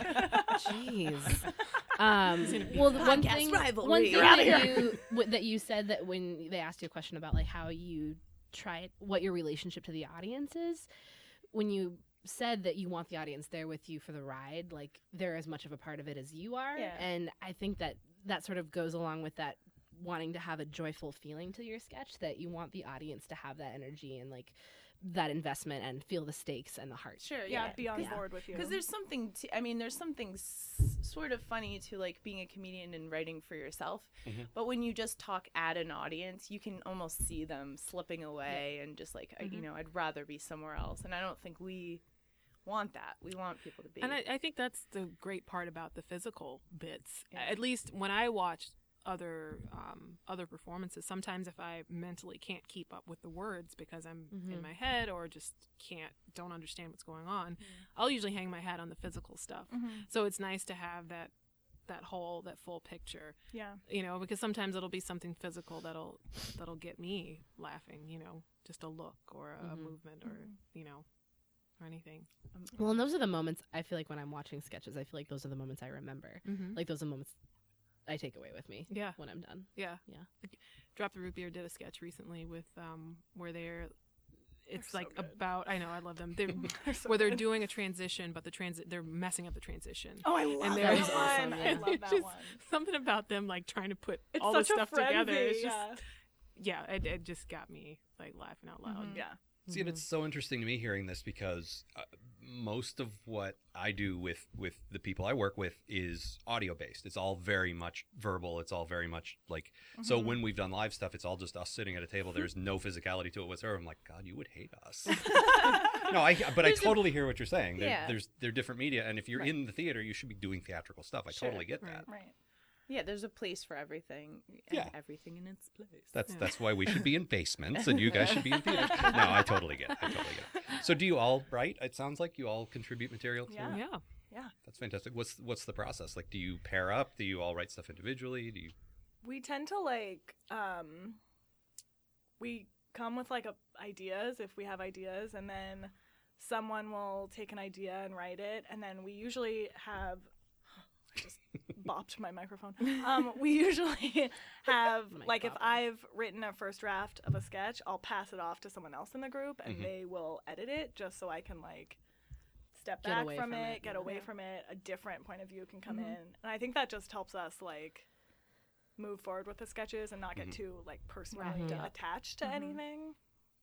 [SPEAKER 5] Jeez.
[SPEAKER 6] (laughs)
[SPEAKER 5] Um, well, the one
[SPEAKER 6] podcast
[SPEAKER 5] thing, one
[SPEAKER 6] rivalry.
[SPEAKER 5] thing
[SPEAKER 6] You're
[SPEAKER 5] that,
[SPEAKER 6] outta
[SPEAKER 5] you, w- that you said that when they asked you a question about like how you try what your relationship to the audience is, when you said that you want the audience there with you for the ride, like they're as much of a part of it as you are,
[SPEAKER 7] Yeah.
[SPEAKER 5] and I think that that sort of goes along with that wanting to have a joyful feeling to your sketch that you want the audience to have that energy and like that investment and feel the stakes and the heart.
[SPEAKER 7] Sure.
[SPEAKER 4] Yeah,
[SPEAKER 7] Yeah.
[SPEAKER 4] be on
[SPEAKER 5] (laughs) Yeah.
[SPEAKER 4] board with you.
[SPEAKER 7] Because there's something, t- I mean, there's something s- sort of funny to like being a comedian and writing for yourself.
[SPEAKER 3] Mhm.
[SPEAKER 7] But when you just talk at an audience, you can almost see them slipping away and just like, I,
[SPEAKER 4] Mm-hmm.
[SPEAKER 7] you know, I'd rather be somewhere else. And I don't think we want that. We want people to be.
[SPEAKER 6] And I, I think that's the great part about the physical bits.
[SPEAKER 7] Yeah.
[SPEAKER 6] At least when I watch other um, other performances, sometimes if I mentally can't keep up with the words because I'm in
[SPEAKER 5] Mhm.
[SPEAKER 6] my head or just can't don't understand what's going on, I'll usually hang my hat on the physical stuff.
[SPEAKER 4] Mm-hmm.
[SPEAKER 6] So it's nice to have that that whole that full picture,
[SPEAKER 4] yeah.
[SPEAKER 6] you know, because sometimes it'll be something physical that'll that'll get me laughing, you know, just a look or a
[SPEAKER 5] Mhm.
[SPEAKER 6] movement
[SPEAKER 4] (laughs)
[SPEAKER 6] or you know or anything.
[SPEAKER 5] Well, and those are the moments I feel like when I'm watching sketches, I feel like those are the moments I remember.
[SPEAKER 6] Mm-hmm.
[SPEAKER 5] Like those are moments I take away with me
[SPEAKER 6] Yeah.
[SPEAKER 5] when I'm done.
[SPEAKER 6] Yeah.
[SPEAKER 5] Yeah.
[SPEAKER 6] Like, Drop the Root Beer did a sketch recently with um where they're it's
[SPEAKER 4] so
[SPEAKER 6] like
[SPEAKER 4] good.
[SPEAKER 6] about I know I love
[SPEAKER 4] (laughs)
[SPEAKER 6] them. They're
[SPEAKER 4] They're so
[SPEAKER 6] where they're
[SPEAKER 4] good.
[SPEAKER 6] doing a transition but the transit they're messing up the transition.
[SPEAKER 4] Oh, I love
[SPEAKER 6] there
[SPEAKER 4] that
[SPEAKER 6] was
[SPEAKER 4] one.
[SPEAKER 5] awesome,
[SPEAKER 4] I
[SPEAKER 5] yeah.
[SPEAKER 6] (laughs)
[SPEAKER 4] love that
[SPEAKER 6] Just
[SPEAKER 4] one.
[SPEAKER 6] Something about them like trying to put
[SPEAKER 4] It's
[SPEAKER 6] all
[SPEAKER 4] such
[SPEAKER 6] this stuff
[SPEAKER 4] a frenzy.
[SPEAKER 6] together. It's just
[SPEAKER 4] yeah.
[SPEAKER 6] yeah, it, it just got me like laughing out loud.
[SPEAKER 4] yeah.
[SPEAKER 3] See,
[SPEAKER 5] Hmm.
[SPEAKER 3] and it's so interesting to me hearing this because uh, most of what I do with with the people I work with is audio based. It's all very much verbal. It's all very much like
[SPEAKER 4] Mm-hmm.
[SPEAKER 3] so. When we've done live stuff, it's all just us sitting at a table. There's no physicality to it whatsoever. I'm like, God, you would hate us. (laughs) no, I but I totally hear what you're saying. There,
[SPEAKER 7] Yeah.
[SPEAKER 3] There's they're different media, and if you're in the theater, you should be doing theatrical stuff. I
[SPEAKER 7] Sure.
[SPEAKER 3] totally get that.
[SPEAKER 6] Right.
[SPEAKER 4] Right.
[SPEAKER 7] yeah, there's a place for everything. and
[SPEAKER 3] Yeah.
[SPEAKER 7] Everything in its place.
[SPEAKER 3] That's
[SPEAKER 6] Yeah.
[SPEAKER 3] that's why we should be in basements and you guys should be in theaters. No, I totally get it. I totally get it. So do you all write? It sounds like you all contribute material to
[SPEAKER 4] Yeah.
[SPEAKER 6] Yeah.
[SPEAKER 3] That's fantastic. What's what's the process? Like do you pair up? Do you all write stuff individually? Do you
[SPEAKER 4] we tend to like um we come with like a, ideas if we have ideas and then someone will take an idea and write it and then we usually have (gasps) I just (laughs) bopped my microphone um, we usually (laughs) have
[SPEAKER 5] Mic
[SPEAKER 4] like if
[SPEAKER 5] bopper.
[SPEAKER 4] i've written a first draft of a sketch i'll pass it off to someone else in the group and
[SPEAKER 3] Mhm.
[SPEAKER 4] they will edit it just so i can like step
[SPEAKER 5] Get
[SPEAKER 4] back
[SPEAKER 5] away
[SPEAKER 4] from,
[SPEAKER 5] from
[SPEAKER 4] it,
[SPEAKER 5] it,
[SPEAKER 4] get
[SPEAKER 5] yeah.
[SPEAKER 4] away from it a different point of view can come in and i think that just helps us like move forward with the sketches and not get
[SPEAKER 3] Mhm.
[SPEAKER 4] too like personally
[SPEAKER 5] Wrapped up.
[SPEAKER 4] attached to
[SPEAKER 7] Mhm.
[SPEAKER 4] anything.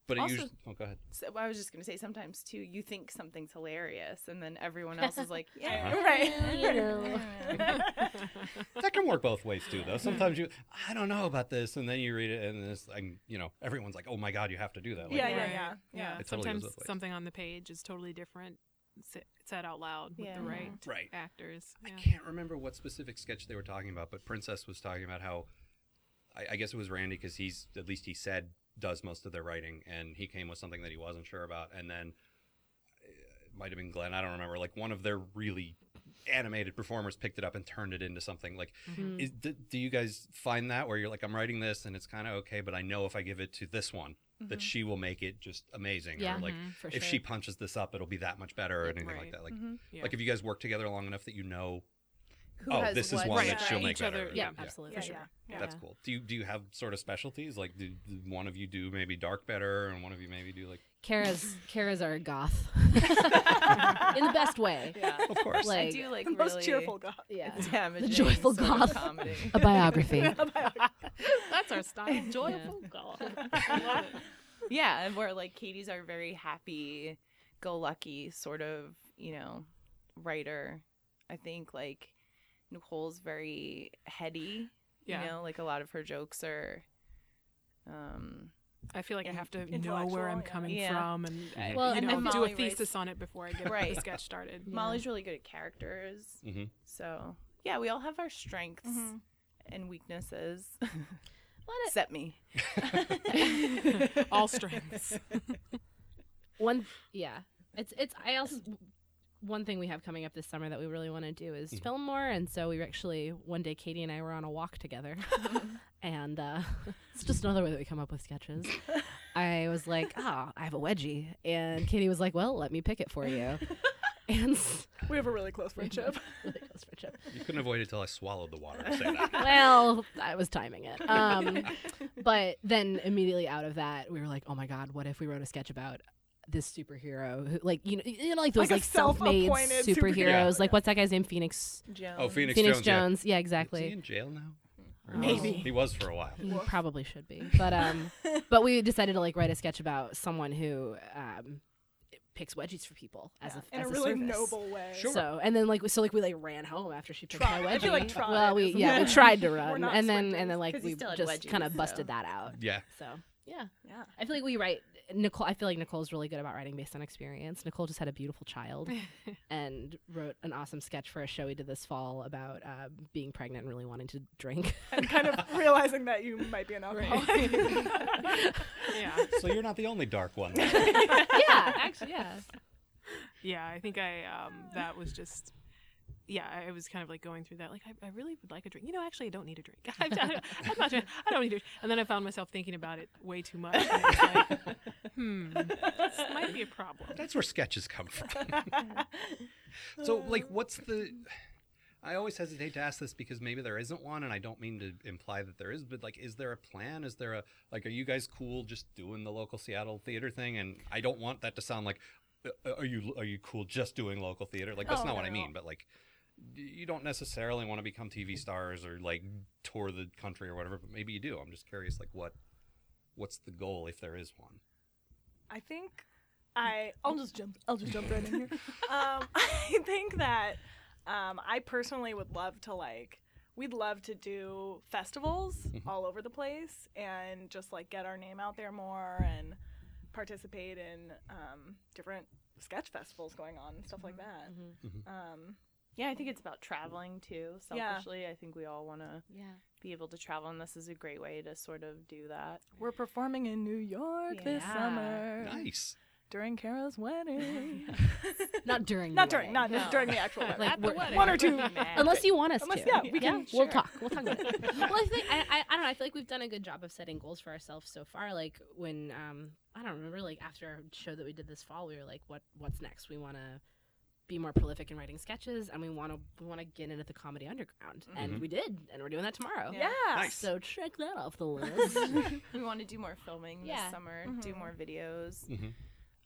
[SPEAKER 3] But it
[SPEAKER 7] Also-
[SPEAKER 3] usually Oh, go ahead.
[SPEAKER 7] (laughs) So I was just gonna say sometimes too, you think something's hilarious, and then everyone else is like, (laughs) yeah,
[SPEAKER 4] (laughs) Uh-huh.
[SPEAKER 7] right.
[SPEAKER 3] (laughs)
[SPEAKER 5] You know.
[SPEAKER 6] (laughs)
[SPEAKER 3] That can work both ways too though. Sometimes you I don't know about this and then you read it and this and you know, everyone's like, "Oh my god, you have to do that." Like,
[SPEAKER 4] yeah, yeah,
[SPEAKER 6] Right.
[SPEAKER 4] (laughs) yeah, yeah.
[SPEAKER 3] It totally goes
[SPEAKER 6] Sometimes
[SPEAKER 3] both ways.
[SPEAKER 6] something on the page is totally different sa- said out loud with
[SPEAKER 7] Yeah.
[SPEAKER 6] the right
[SPEAKER 3] Right.
[SPEAKER 6] actors.
[SPEAKER 3] I
[SPEAKER 6] Yeah.
[SPEAKER 3] can't remember what specific sketch they were talking about, but Princess was talking about how, I, I guess it was Randy because he's at least he said does most of their writing, and he came with something that he wasn't sure about, and then uh, it might have been Glenn, I don't remember. Like one of their really animated performers picked it up and turned it into something. Like,
[SPEAKER 5] Mhm.
[SPEAKER 3] is, d- do you guys find that where you're like, I'm writing this and it's kind of okay, but I know if I give it to this one, that she will make it just amazing,
[SPEAKER 5] Mm-hmm. Yeah. mm-hmm,
[SPEAKER 3] or like
[SPEAKER 6] Mhm.
[SPEAKER 5] For
[SPEAKER 3] if
[SPEAKER 5] sure. mm-hmm,
[SPEAKER 3] she punches this up, it'll be that much better, or
[SPEAKER 6] Yeah,
[SPEAKER 3] anything like
[SPEAKER 6] right.
[SPEAKER 3] that. Like,
[SPEAKER 7] Mhm.
[SPEAKER 6] Yeah.
[SPEAKER 3] like if you guys work together long enough that you know
[SPEAKER 7] Who
[SPEAKER 3] oh,
[SPEAKER 7] has
[SPEAKER 3] this is
[SPEAKER 7] what
[SPEAKER 3] one
[SPEAKER 6] Right.
[SPEAKER 3] that she'll
[SPEAKER 6] Each
[SPEAKER 3] make better.
[SPEAKER 6] other-
[SPEAKER 5] yeah,
[SPEAKER 3] yeah.
[SPEAKER 5] absolutely.
[SPEAKER 4] Yeah,
[SPEAKER 5] for sure.
[SPEAKER 4] yeah.
[SPEAKER 3] That's cool. Do you do you have sort of specialties? Like, do, do one of you do maybe dark better, and one of you maybe do like?
[SPEAKER 5] Kara's Kara's our goth. (laughs) In the best way.
[SPEAKER 7] (laughs) Yeah.
[SPEAKER 3] Of course.
[SPEAKER 5] Like-
[SPEAKER 7] I do like
[SPEAKER 4] The
[SPEAKER 7] really
[SPEAKER 4] most cheerful guy.
[SPEAKER 5] Yeah. (laughs)
[SPEAKER 7] damaging
[SPEAKER 5] joyful
[SPEAKER 7] sort of
[SPEAKER 5] goth.
[SPEAKER 7] comedy.
[SPEAKER 5] (laughs) A
[SPEAKER 7] (laughs)
[SPEAKER 5] biography.
[SPEAKER 3] (laughs)
[SPEAKER 6] That's our (laughs) style. Joyful goth. I love it.
[SPEAKER 7] (laughs) yeah, and where like Katie's are very happy, go lucky sort of, you know, writer. I think like Nicole's very heady.
[SPEAKER 6] (laughs) Yeah.
[SPEAKER 7] You know, like a lot of her jokes are um
[SPEAKER 6] I feel like I
[SPEAKER 7] In-
[SPEAKER 6] have to know where I'm
[SPEAKER 4] intellectual, yeah.
[SPEAKER 6] coming
[SPEAKER 7] Yeah.
[SPEAKER 6] from and
[SPEAKER 3] Mhm.
[SPEAKER 5] Well,
[SPEAKER 6] you
[SPEAKER 5] and
[SPEAKER 6] know,
[SPEAKER 7] then
[SPEAKER 6] do
[SPEAKER 7] Molly
[SPEAKER 6] a
[SPEAKER 7] writes-
[SPEAKER 6] thesis on it before I get
[SPEAKER 7] Right.
[SPEAKER 6] the sketch started.
[SPEAKER 7] Molly's really good at characters.
[SPEAKER 3] Mhm.
[SPEAKER 7] So yeah, we all have our strengths
[SPEAKER 4] Mhm.
[SPEAKER 7] and weaknesses.
[SPEAKER 5] What
[SPEAKER 7] Except me.
[SPEAKER 6] (laughs)
[SPEAKER 7] (laughs)
[SPEAKER 6] All strengths.
[SPEAKER 5] one yeah it's it's i also one thing we have coming up this summer that we really want to do is
[SPEAKER 3] Mhm.
[SPEAKER 5] film more and so we were actually one day katie and i were on a walk together and uh, (laughs) it's just another way that we come up with sketches i was like ah i have a wedgie and katie was like well let me pick it for you and s- (laughs)
[SPEAKER 4] We have a really close friendship.
[SPEAKER 5] really close friendship.
[SPEAKER 3] You couldn't have waited till I swallowed the water to say
[SPEAKER 5] (laughs)
[SPEAKER 3] that.
[SPEAKER 5] well i was
[SPEAKER 4] (laughs)
[SPEAKER 5] timing it um, but then immediately out of that we were like oh my god what if we wrote a sketch about this superhero who like you know, you know like those
[SPEAKER 4] Like a
[SPEAKER 5] like, self-made
[SPEAKER 4] self-appointed
[SPEAKER 5] superheroes
[SPEAKER 4] superhero.
[SPEAKER 5] like what's that guy's name phoenix
[SPEAKER 7] Joan.
[SPEAKER 3] Oh, Phoenix,
[SPEAKER 5] phoenix
[SPEAKER 3] yeah.
[SPEAKER 5] jones yeah,
[SPEAKER 3] Is he
[SPEAKER 5] exactly
[SPEAKER 3] in jail now? Or
[SPEAKER 5] Oh.
[SPEAKER 3] was-
[SPEAKER 5] Maybe.
[SPEAKER 3] he was for a while.
[SPEAKER 5] he probably should
[SPEAKER 4] (laughs)
[SPEAKER 5] be but um but we decided to like write a sketch about someone who um picks wedgies for people as a
[SPEAKER 4] in
[SPEAKER 5] as
[SPEAKER 4] a really
[SPEAKER 5] service.
[SPEAKER 4] noble way.
[SPEAKER 3] Sure.
[SPEAKER 5] So and then like so like we like ran home after she picked
[SPEAKER 4] Tried.
[SPEAKER 5] my
[SPEAKER 4] I
[SPEAKER 5] wedgie.
[SPEAKER 4] feel like tried
[SPEAKER 5] well, we
[SPEAKER 4] is-
[SPEAKER 5] yeah we tried to
[SPEAKER 4] We're
[SPEAKER 5] run
[SPEAKER 4] not
[SPEAKER 5] and then
[SPEAKER 4] sprinters,
[SPEAKER 5] and then like
[SPEAKER 7] 'cause he
[SPEAKER 5] we
[SPEAKER 7] still had
[SPEAKER 5] just
[SPEAKER 7] wedgies,
[SPEAKER 5] kind of
[SPEAKER 7] so.
[SPEAKER 5] busted that out.
[SPEAKER 3] Yeah.
[SPEAKER 5] So yeah.
[SPEAKER 7] Yeah.
[SPEAKER 5] I feel like we write Nicole. I feel like Nicole's really good about writing based on experience. Nicole just had a beautiful child and wrote an awesome sketch for a show we did this fall about uh, being pregnant and really wanting to drink.
[SPEAKER 4] And kind of
[SPEAKER 3] (laughs)
[SPEAKER 4] realizing that you might be an alcoholic.
[SPEAKER 6] yeah.
[SPEAKER 3] So you're not the only dark one.
[SPEAKER 4] (laughs)
[SPEAKER 5] yeah, (laughs) actually, yeah.
[SPEAKER 6] Yeah, I think I um that was just yeah, I was kind of like going through that. Like, I, I really would like a drink. You know, actually, I don't need a drink. (laughs) I'm, not- I'm not. doing- I don't need a drink. And then I found myself thinking about it way too much. And it's like, (laughs) hmm, this might be a problem.
[SPEAKER 3] That's where sketches come from.
[SPEAKER 7] (laughs)
[SPEAKER 3] so, like, what's the. I always hesitate to ask this because maybe there isn't one, and I don't mean to imply that there is, but like, is there a plan? Is there a. Like, are you guys cool just doing the local Seattle theater thing? And I don't want that to sound like. uh, Are you are you cool just doing local theater? Like that's
[SPEAKER 4] Oh,
[SPEAKER 3] not what
[SPEAKER 4] no,
[SPEAKER 3] I
[SPEAKER 4] no.
[SPEAKER 3] mean, but like you don't necessarily want to become TV stars or like tour the country or whatever, but maybe you do. I'm just curious like what what's the goal if there is one?
[SPEAKER 4] I think
[SPEAKER 7] Hmm.
[SPEAKER 4] I I'll just jump I'll just jump right in
[SPEAKER 7] (laughs)
[SPEAKER 4] here. Um, (laughs) I think that um, I personally would love to like we'd love to do festivals all over the place and just like get our name out there more and participate in um, different sketch festivals going on and stuff
[SPEAKER 7] Mm-hmm.
[SPEAKER 4] like that. Um,
[SPEAKER 7] Yeah, I think it's about traveling too.
[SPEAKER 4] Yeah.
[SPEAKER 7] Selfishly, I think we all want to
[SPEAKER 5] Yeah.
[SPEAKER 7] be able to travel, and this is a great way to sort of do that. (laughs)
[SPEAKER 4] we're performing in New York
[SPEAKER 7] this
[SPEAKER 4] this
[SPEAKER 7] Yeah.
[SPEAKER 4] summer
[SPEAKER 7] summer
[SPEAKER 3] Nice.
[SPEAKER 4] during Kara's wedding.
[SPEAKER 7] (laughs)
[SPEAKER 5] Not during.
[SPEAKER 4] not
[SPEAKER 5] the
[SPEAKER 4] during,
[SPEAKER 5] wedding.
[SPEAKER 4] not
[SPEAKER 7] No.
[SPEAKER 4] during the
[SPEAKER 7] (laughs)
[SPEAKER 4] actual wedding.
[SPEAKER 5] Like,
[SPEAKER 6] At the
[SPEAKER 5] we're-
[SPEAKER 6] wedding.
[SPEAKER 4] one or two.
[SPEAKER 5] Unless you want us
[SPEAKER 4] Unless-
[SPEAKER 5] to.
[SPEAKER 4] yeah, we can-
[SPEAKER 5] We'll
[SPEAKER 4] sure.
[SPEAKER 5] talk. We'll talk
[SPEAKER 4] (laughs)
[SPEAKER 5] about it. well, I think I, I, I don't know. I feel like we've done a good job of setting goals for ourselves so far. Like when um, I don't remember. Like after our show that we did this fall, we were like, what What's next? We want to be more prolific in writing sketches, and we want to we want to get into the comedy underground,
[SPEAKER 3] Mhm.
[SPEAKER 5] and we did, and we're doing that tomorrow.
[SPEAKER 4] Mm-hmm. yeah.
[SPEAKER 3] Nice.
[SPEAKER 5] So check that off
[SPEAKER 4] (laughs)
[SPEAKER 5] the list.
[SPEAKER 7] we want to do more filming
[SPEAKER 5] Yeah.
[SPEAKER 7] this summer, do
[SPEAKER 4] Mhm.
[SPEAKER 7] more videos
[SPEAKER 3] Mhm.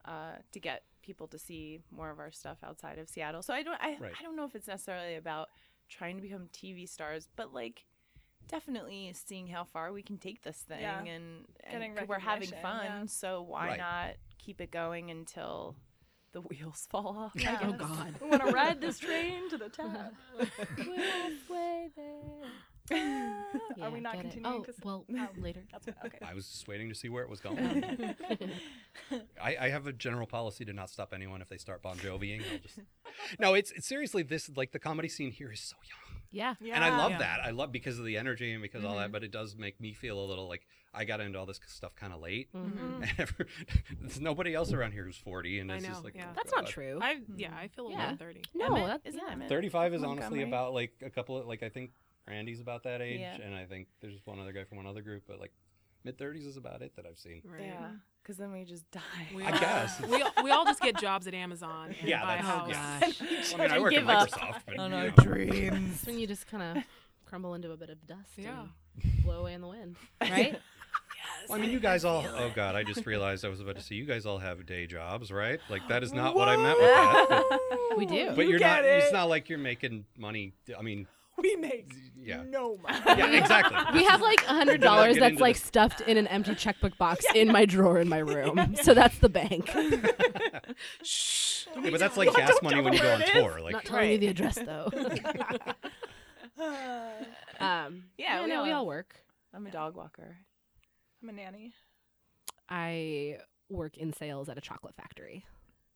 [SPEAKER 7] uh, to get people to see more of our stuff outside of Seattle. So I don't, I,
[SPEAKER 3] Right.
[SPEAKER 7] I don't know if it's necessarily about trying to become TV stars, but like definitely seeing how far we can take this thing,
[SPEAKER 4] Yeah.
[SPEAKER 7] and,
[SPEAKER 4] Getting
[SPEAKER 7] and c- we're having
[SPEAKER 4] recognition,
[SPEAKER 7] fun.
[SPEAKER 4] yeah.
[SPEAKER 7] So why
[SPEAKER 3] Right.
[SPEAKER 7] not keep it going until the (laughs) wheels fall off? I
[SPEAKER 4] Yeah.
[SPEAKER 5] oh
[SPEAKER 7] guess.
[SPEAKER 5] God.
[SPEAKER 7] (laughs)
[SPEAKER 4] We
[SPEAKER 7] Uh-huh.
[SPEAKER 4] want to ride this train to the top.
[SPEAKER 5] Yeah,
[SPEAKER 4] (laughs) Are we not
[SPEAKER 5] get it.
[SPEAKER 4] continuing
[SPEAKER 5] Oh,
[SPEAKER 4] to? s-
[SPEAKER 5] well,
[SPEAKER 4] (laughs) oh,
[SPEAKER 5] later.
[SPEAKER 4] That's okay. (laughs)
[SPEAKER 3] I was just waiting to see where it was going.
[SPEAKER 6] Um,
[SPEAKER 3] I, I have a general policy to not stop anyone if they start Bon Joviing. I'll just... No, it's, it's seriously this like the comedy scene here is so young,
[SPEAKER 5] Yeah.
[SPEAKER 4] Yeah.
[SPEAKER 3] and I love
[SPEAKER 4] (laughs)
[SPEAKER 6] Yeah. Mm-hmm.
[SPEAKER 3] that. I love because of the energy and because all that, but it does make me feel a little like I got into all this stuff kind of late.
[SPEAKER 4] Mm-hmm.
[SPEAKER 5] Mhm.
[SPEAKER 3] (laughs) And ever- There's nobody else around here who's 40, and
[SPEAKER 6] Mm-hmm. I
[SPEAKER 3] it's
[SPEAKER 6] know,
[SPEAKER 3] just like oh
[SPEAKER 6] yeah.
[SPEAKER 5] That's not
[SPEAKER 3] God.
[SPEAKER 5] true.
[SPEAKER 6] I yeah, I feel a
[SPEAKER 5] Yeah.
[SPEAKER 6] little thirty.
[SPEAKER 5] no,
[SPEAKER 7] Emmett?
[SPEAKER 5] Oh, that,
[SPEAKER 7] Isn't
[SPEAKER 5] yeah.
[SPEAKER 7] Emmett?
[SPEAKER 3] 35 is honestly
[SPEAKER 7] Montgomery.
[SPEAKER 3] about like a couple of like I think Randy's about that age,
[SPEAKER 7] Yeah.
[SPEAKER 3] and I think there's one other guy from one other group, but like mid 30s is about it that I've seen.
[SPEAKER 6] Right.
[SPEAKER 7] Yeah, because then we just die.
[SPEAKER 6] We
[SPEAKER 3] I
[SPEAKER 6] all-
[SPEAKER 3] guess.
[SPEAKER 6] we all, we all just get jobs at Amazon and
[SPEAKER 3] Yeah,
[SPEAKER 6] buy a
[SPEAKER 3] that's- oh,
[SPEAKER 6] house.
[SPEAKER 3] yeah.
[SPEAKER 5] Gosh.
[SPEAKER 3] I mean, I work
[SPEAKER 5] give
[SPEAKER 3] at
[SPEAKER 5] up
[SPEAKER 3] Microsoft, but
[SPEAKER 7] on
[SPEAKER 3] you
[SPEAKER 7] our
[SPEAKER 3] know.
[SPEAKER 7] dreams.
[SPEAKER 5] It's when you just kind of crumble into a bit of dust
[SPEAKER 6] Yeah.
[SPEAKER 5] and blow away in the wind, right?
[SPEAKER 3] Well, I mean, you guys all. (laughs) Oh God, I just realized I was about to say you guys all have day jobs, right? Like that is not what I meant with that. But,
[SPEAKER 5] we do.
[SPEAKER 3] but
[SPEAKER 4] You
[SPEAKER 3] you're
[SPEAKER 4] get
[SPEAKER 3] not. It's
[SPEAKER 4] it.
[SPEAKER 3] not like you're making money. I mean,
[SPEAKER 4] We make
[SPEAKER 3] yeah,
[SPEAKER 4] no money.
[SPEAKER 3] yeah, exactly.
[SPEAKER 5] (laughs) We have like a
[SPEAKER 3] (laughs)
[SPEAKER 5] hundred dollars
[SPEAKER 3] get
[SPEAKER 5] that's
[SPEAKER 3] into
[SPEAKER 5] like
[SPEAKER 3] this.
[SPEAKER 5] stuffed in an empty checkbook box in my drawer in my room. So that's the bank.
[SPEAKER 3] Yeah, but that's like gas money when you go on tour.
[SPEAKER 5] Not
[SPEAKER 3] Like,
[SPEAKER 5] telling you the address though. um,
[SPEAKER 7] Yeah,
[SPEAKER 5] yeah,
[SPEAKER 7] we
[SPEAKER 5] no,
[SPEAKER 7] all
[SPEAKER 5] we
[SPEAKER 7] have-
[SPEAKER 5] all work.
[SPEAKER 7] I'm a dog walker.
[SPEAKER 4] I'm
[SPEAKER 3] (laughs)
[SPEAKER 4] a nanny.
[SPEAKER 5] I work in sales at a chocolate factory.